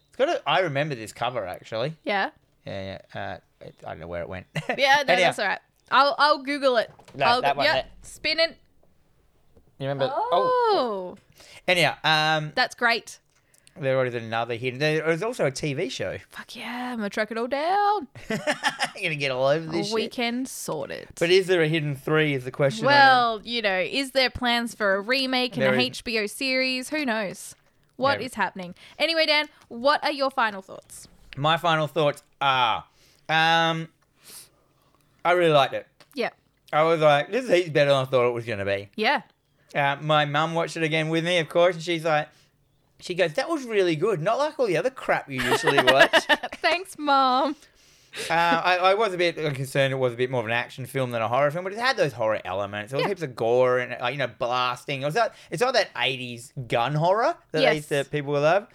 Speaker 1: it's got a, I remember this cover actually.
Speaker 2: yeah.
Speaker 1: Yeah, yeah. Uh, it- I don't know where it went.
Speaker 2: Yeah, no,
Speaker 1: Anyhow,
Speaker 2: that's all right. I'll I'll Google it.
Speaker 1: No,
Speaker 2: I'll,
Speaker 1: that one,
Speaker 2: yep, spin it.
Speaker 1: You remember? Oh.
Speaker 2: Oh,
Speaker 1: Anyhow, um,
Speaker 2: that's great.
Speaker 1: there was another hidden. There was also a TV show.
Speaker 2: Fuck yeah, I'm gonna track it all down.
Speaker 1: I'm gonna get all over
Speaker 2: Oh,
Speaker 1: this shit.
Speaker 2: Weekend sorted.
Speaker 1: But is there a hidden three? Is the question. I know.
Speaker 2: well, you know, is there plans for a remake and
Speaker 1: There
Speaker 2: a
Speaker 1: is-
Speaker 2: HBO series? Who knows? What is
Speaker 1: There-
Speaker 2: happening? Anyway, Dan, what are your final thoughts?
Speaker 1: my final thoughts are, um, I really liked it.
Speaker 2: Yeah,
Speaker 1: I was like, this is heaps better than I thought it was gonna be.
Speaker 2: yeah,
Speaker 1: Uh, my mum watched it again with me, of course, and she's like, she goes, that was really good. Not like all the other crap you usually watch. uh,
Speaker 2: Thanks, mom.
Speaker 1: I, I was a bit uh, concerned it was a bit more of an action film than a horror film, but it had those horror elements. There was
Speaker 2: Yeah.
Speaker 1: heaps of gore and, uh, you know, blasting. It was that, it's not that 80s gun horror that they used
Speaker 2: Yes.
Speaker 1: to, people love.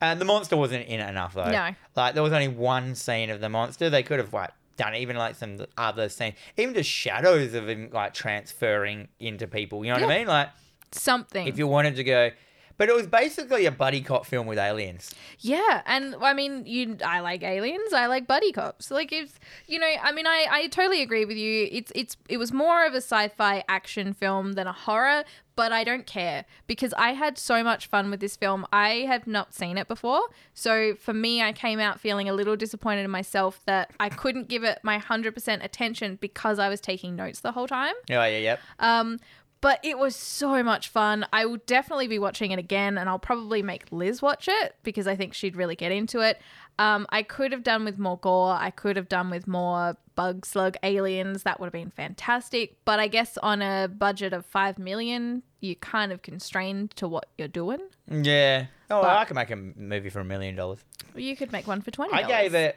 Speaker 1: And the monster wasn't in it enough, though.
Speaker 2: No.
Speaker 1: Like, there was only one scene of the monster. They could have, like, done even, like, some other scene. Even just shadows of him, like, transferring into people. You know what
Speaker 2: Yeah.
Speaker 1: I mean? Like,
Speaker 2: Something.
Speaker 1: if you wanted to go. But it was basically a buddy cop film with aliens.
Speaker 2: Yeah, and I mean, you, I like aliens. I like buddy cops. Like it's, you know, I mean, I, I totally agree with you. It's, it's, it was more of a sci-fi action film than a horror, but I don't care because I had so much fun with this film. I have not seen it before, so for me, I came out feeling a little disappointed in myself that I couldn't give it my hundred percent attention because I was taking notes the whole time.
Speaker 1: Oh yeah, yep.
Speaker 2: Um, but it was so much fun. I will definitely be watching it again, and I'll probably make Liz watch it because I think she'd really get into it. Um, I could have done with more gore. I could have done with more bug slug aliens. That would have been fantastic. But I guess on a budget of five million, you're kind of constrained to what you're doing.
Speaker 1: Yeah. Oh,
Speaker 2: But-
Speaker 1: I could make a m- movie for a million dollars.
Speaker 2: You could make one for twenty.
Speaker 1: I gave it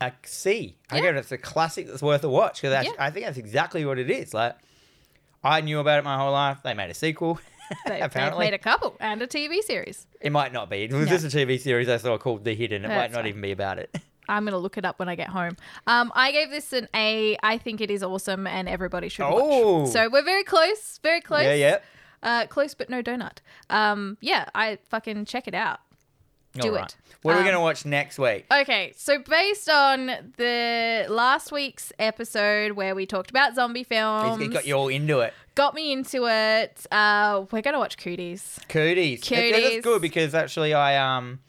Speaker 1: a C. I
Speaker 2: Yeah.
Speaker 1: gave it a classic that's worth a watch because
Speaker 2: Yeah.
Speaker 1: I think that's exactly what it is. Like, I knew about it my whole life. They made a sequel.
Speaker 2: They, have
Speaker 1: apparently,
Speaker 2: made a couple and a TV series.
Speaker 1: it might not be. It was
Speaker 2: No.
Speaker 1: just a TV series I saw called The Hidden. It might
Speaker 2: That's
Speaker 1: not
Speaker 2: fine.
Speaker 1: even be about it.
Speaker 2: I'm gonna look it up when I get home. Um, I gave this an A. I think it is awesome, and everybody should
Speaker 1: Oh.
Speaker 2: watch. So we're very close, very close.
Speaker 1: Yeah, yeah.
Speaker 2: Uh, close but no donut. Um, yeah, I fucking check it out. Do it.
Speaker 1: What are we
Speaker 2: Um,
Speaker 1: going to watch next week?
Speaker 2: Okay, so based on the last week's episode where we talked about zombie films,
Speaker 1: It's it got you all into it.
Speaker 2: got me into it. Uh, we're gonna watch Cooties.
Speaker 1: Cooties. It- it-
Speaker 2: Cooties.
Speaker 1: It's good because actually I um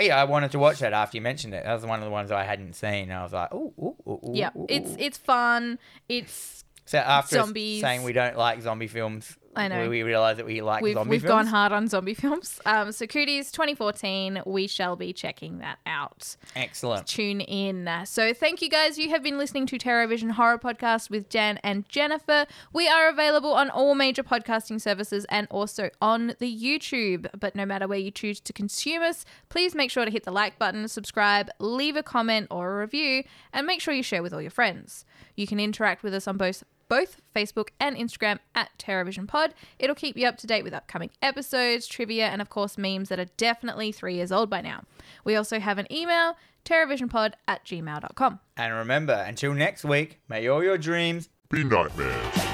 Speaker 1: yeah, I wanted to watch that after you mentioned it. That was one of the ones I hadn't seen. I was like, ooh, ooh, ooh, ooh.
Speaker 2: Yeah,
Speaker 1: ooh,
Speaker 2: it's
Speaker 1: ooh.
Speaker 2: it's fun. It's
Speaker 1: so after us
Speaker 2: zombies.
Speaker 1: saying we don't like zombie films.
Speaker 2: I know.
Speaker 1: We, we realize that we like
Speaker 2: we've,
Speaker 1: zombie
Speaker 2: we've
Speaker 1: films.
Speaker 2: gone hard on zombie films. Um, so Cooties 2014, we shall be checking that out.
Speaker 1: Excellent.
Speaker 2: Tune in. So thank you guys. You have been listening to Terror Vision Horror Podcast with Jan and Jennifer. We are available on all major podcasting services and also on the YouTube. But no matter where you choose to consume us, please make sure to hit the like button, subscribe, leave a comment or a review, and make sure you share with all your friends. You can interact with us on both both Facebook and Instagram at TerrorVision Pod. It'll keep you up to date with upcoming episodes, trivia, and of course memes that are definitely three years old by now. We also have an email, terrorvisionpod at gmail.com.
Speaker 1: And remember, until next week, may all your dreams
Speaker 3: be nightmares.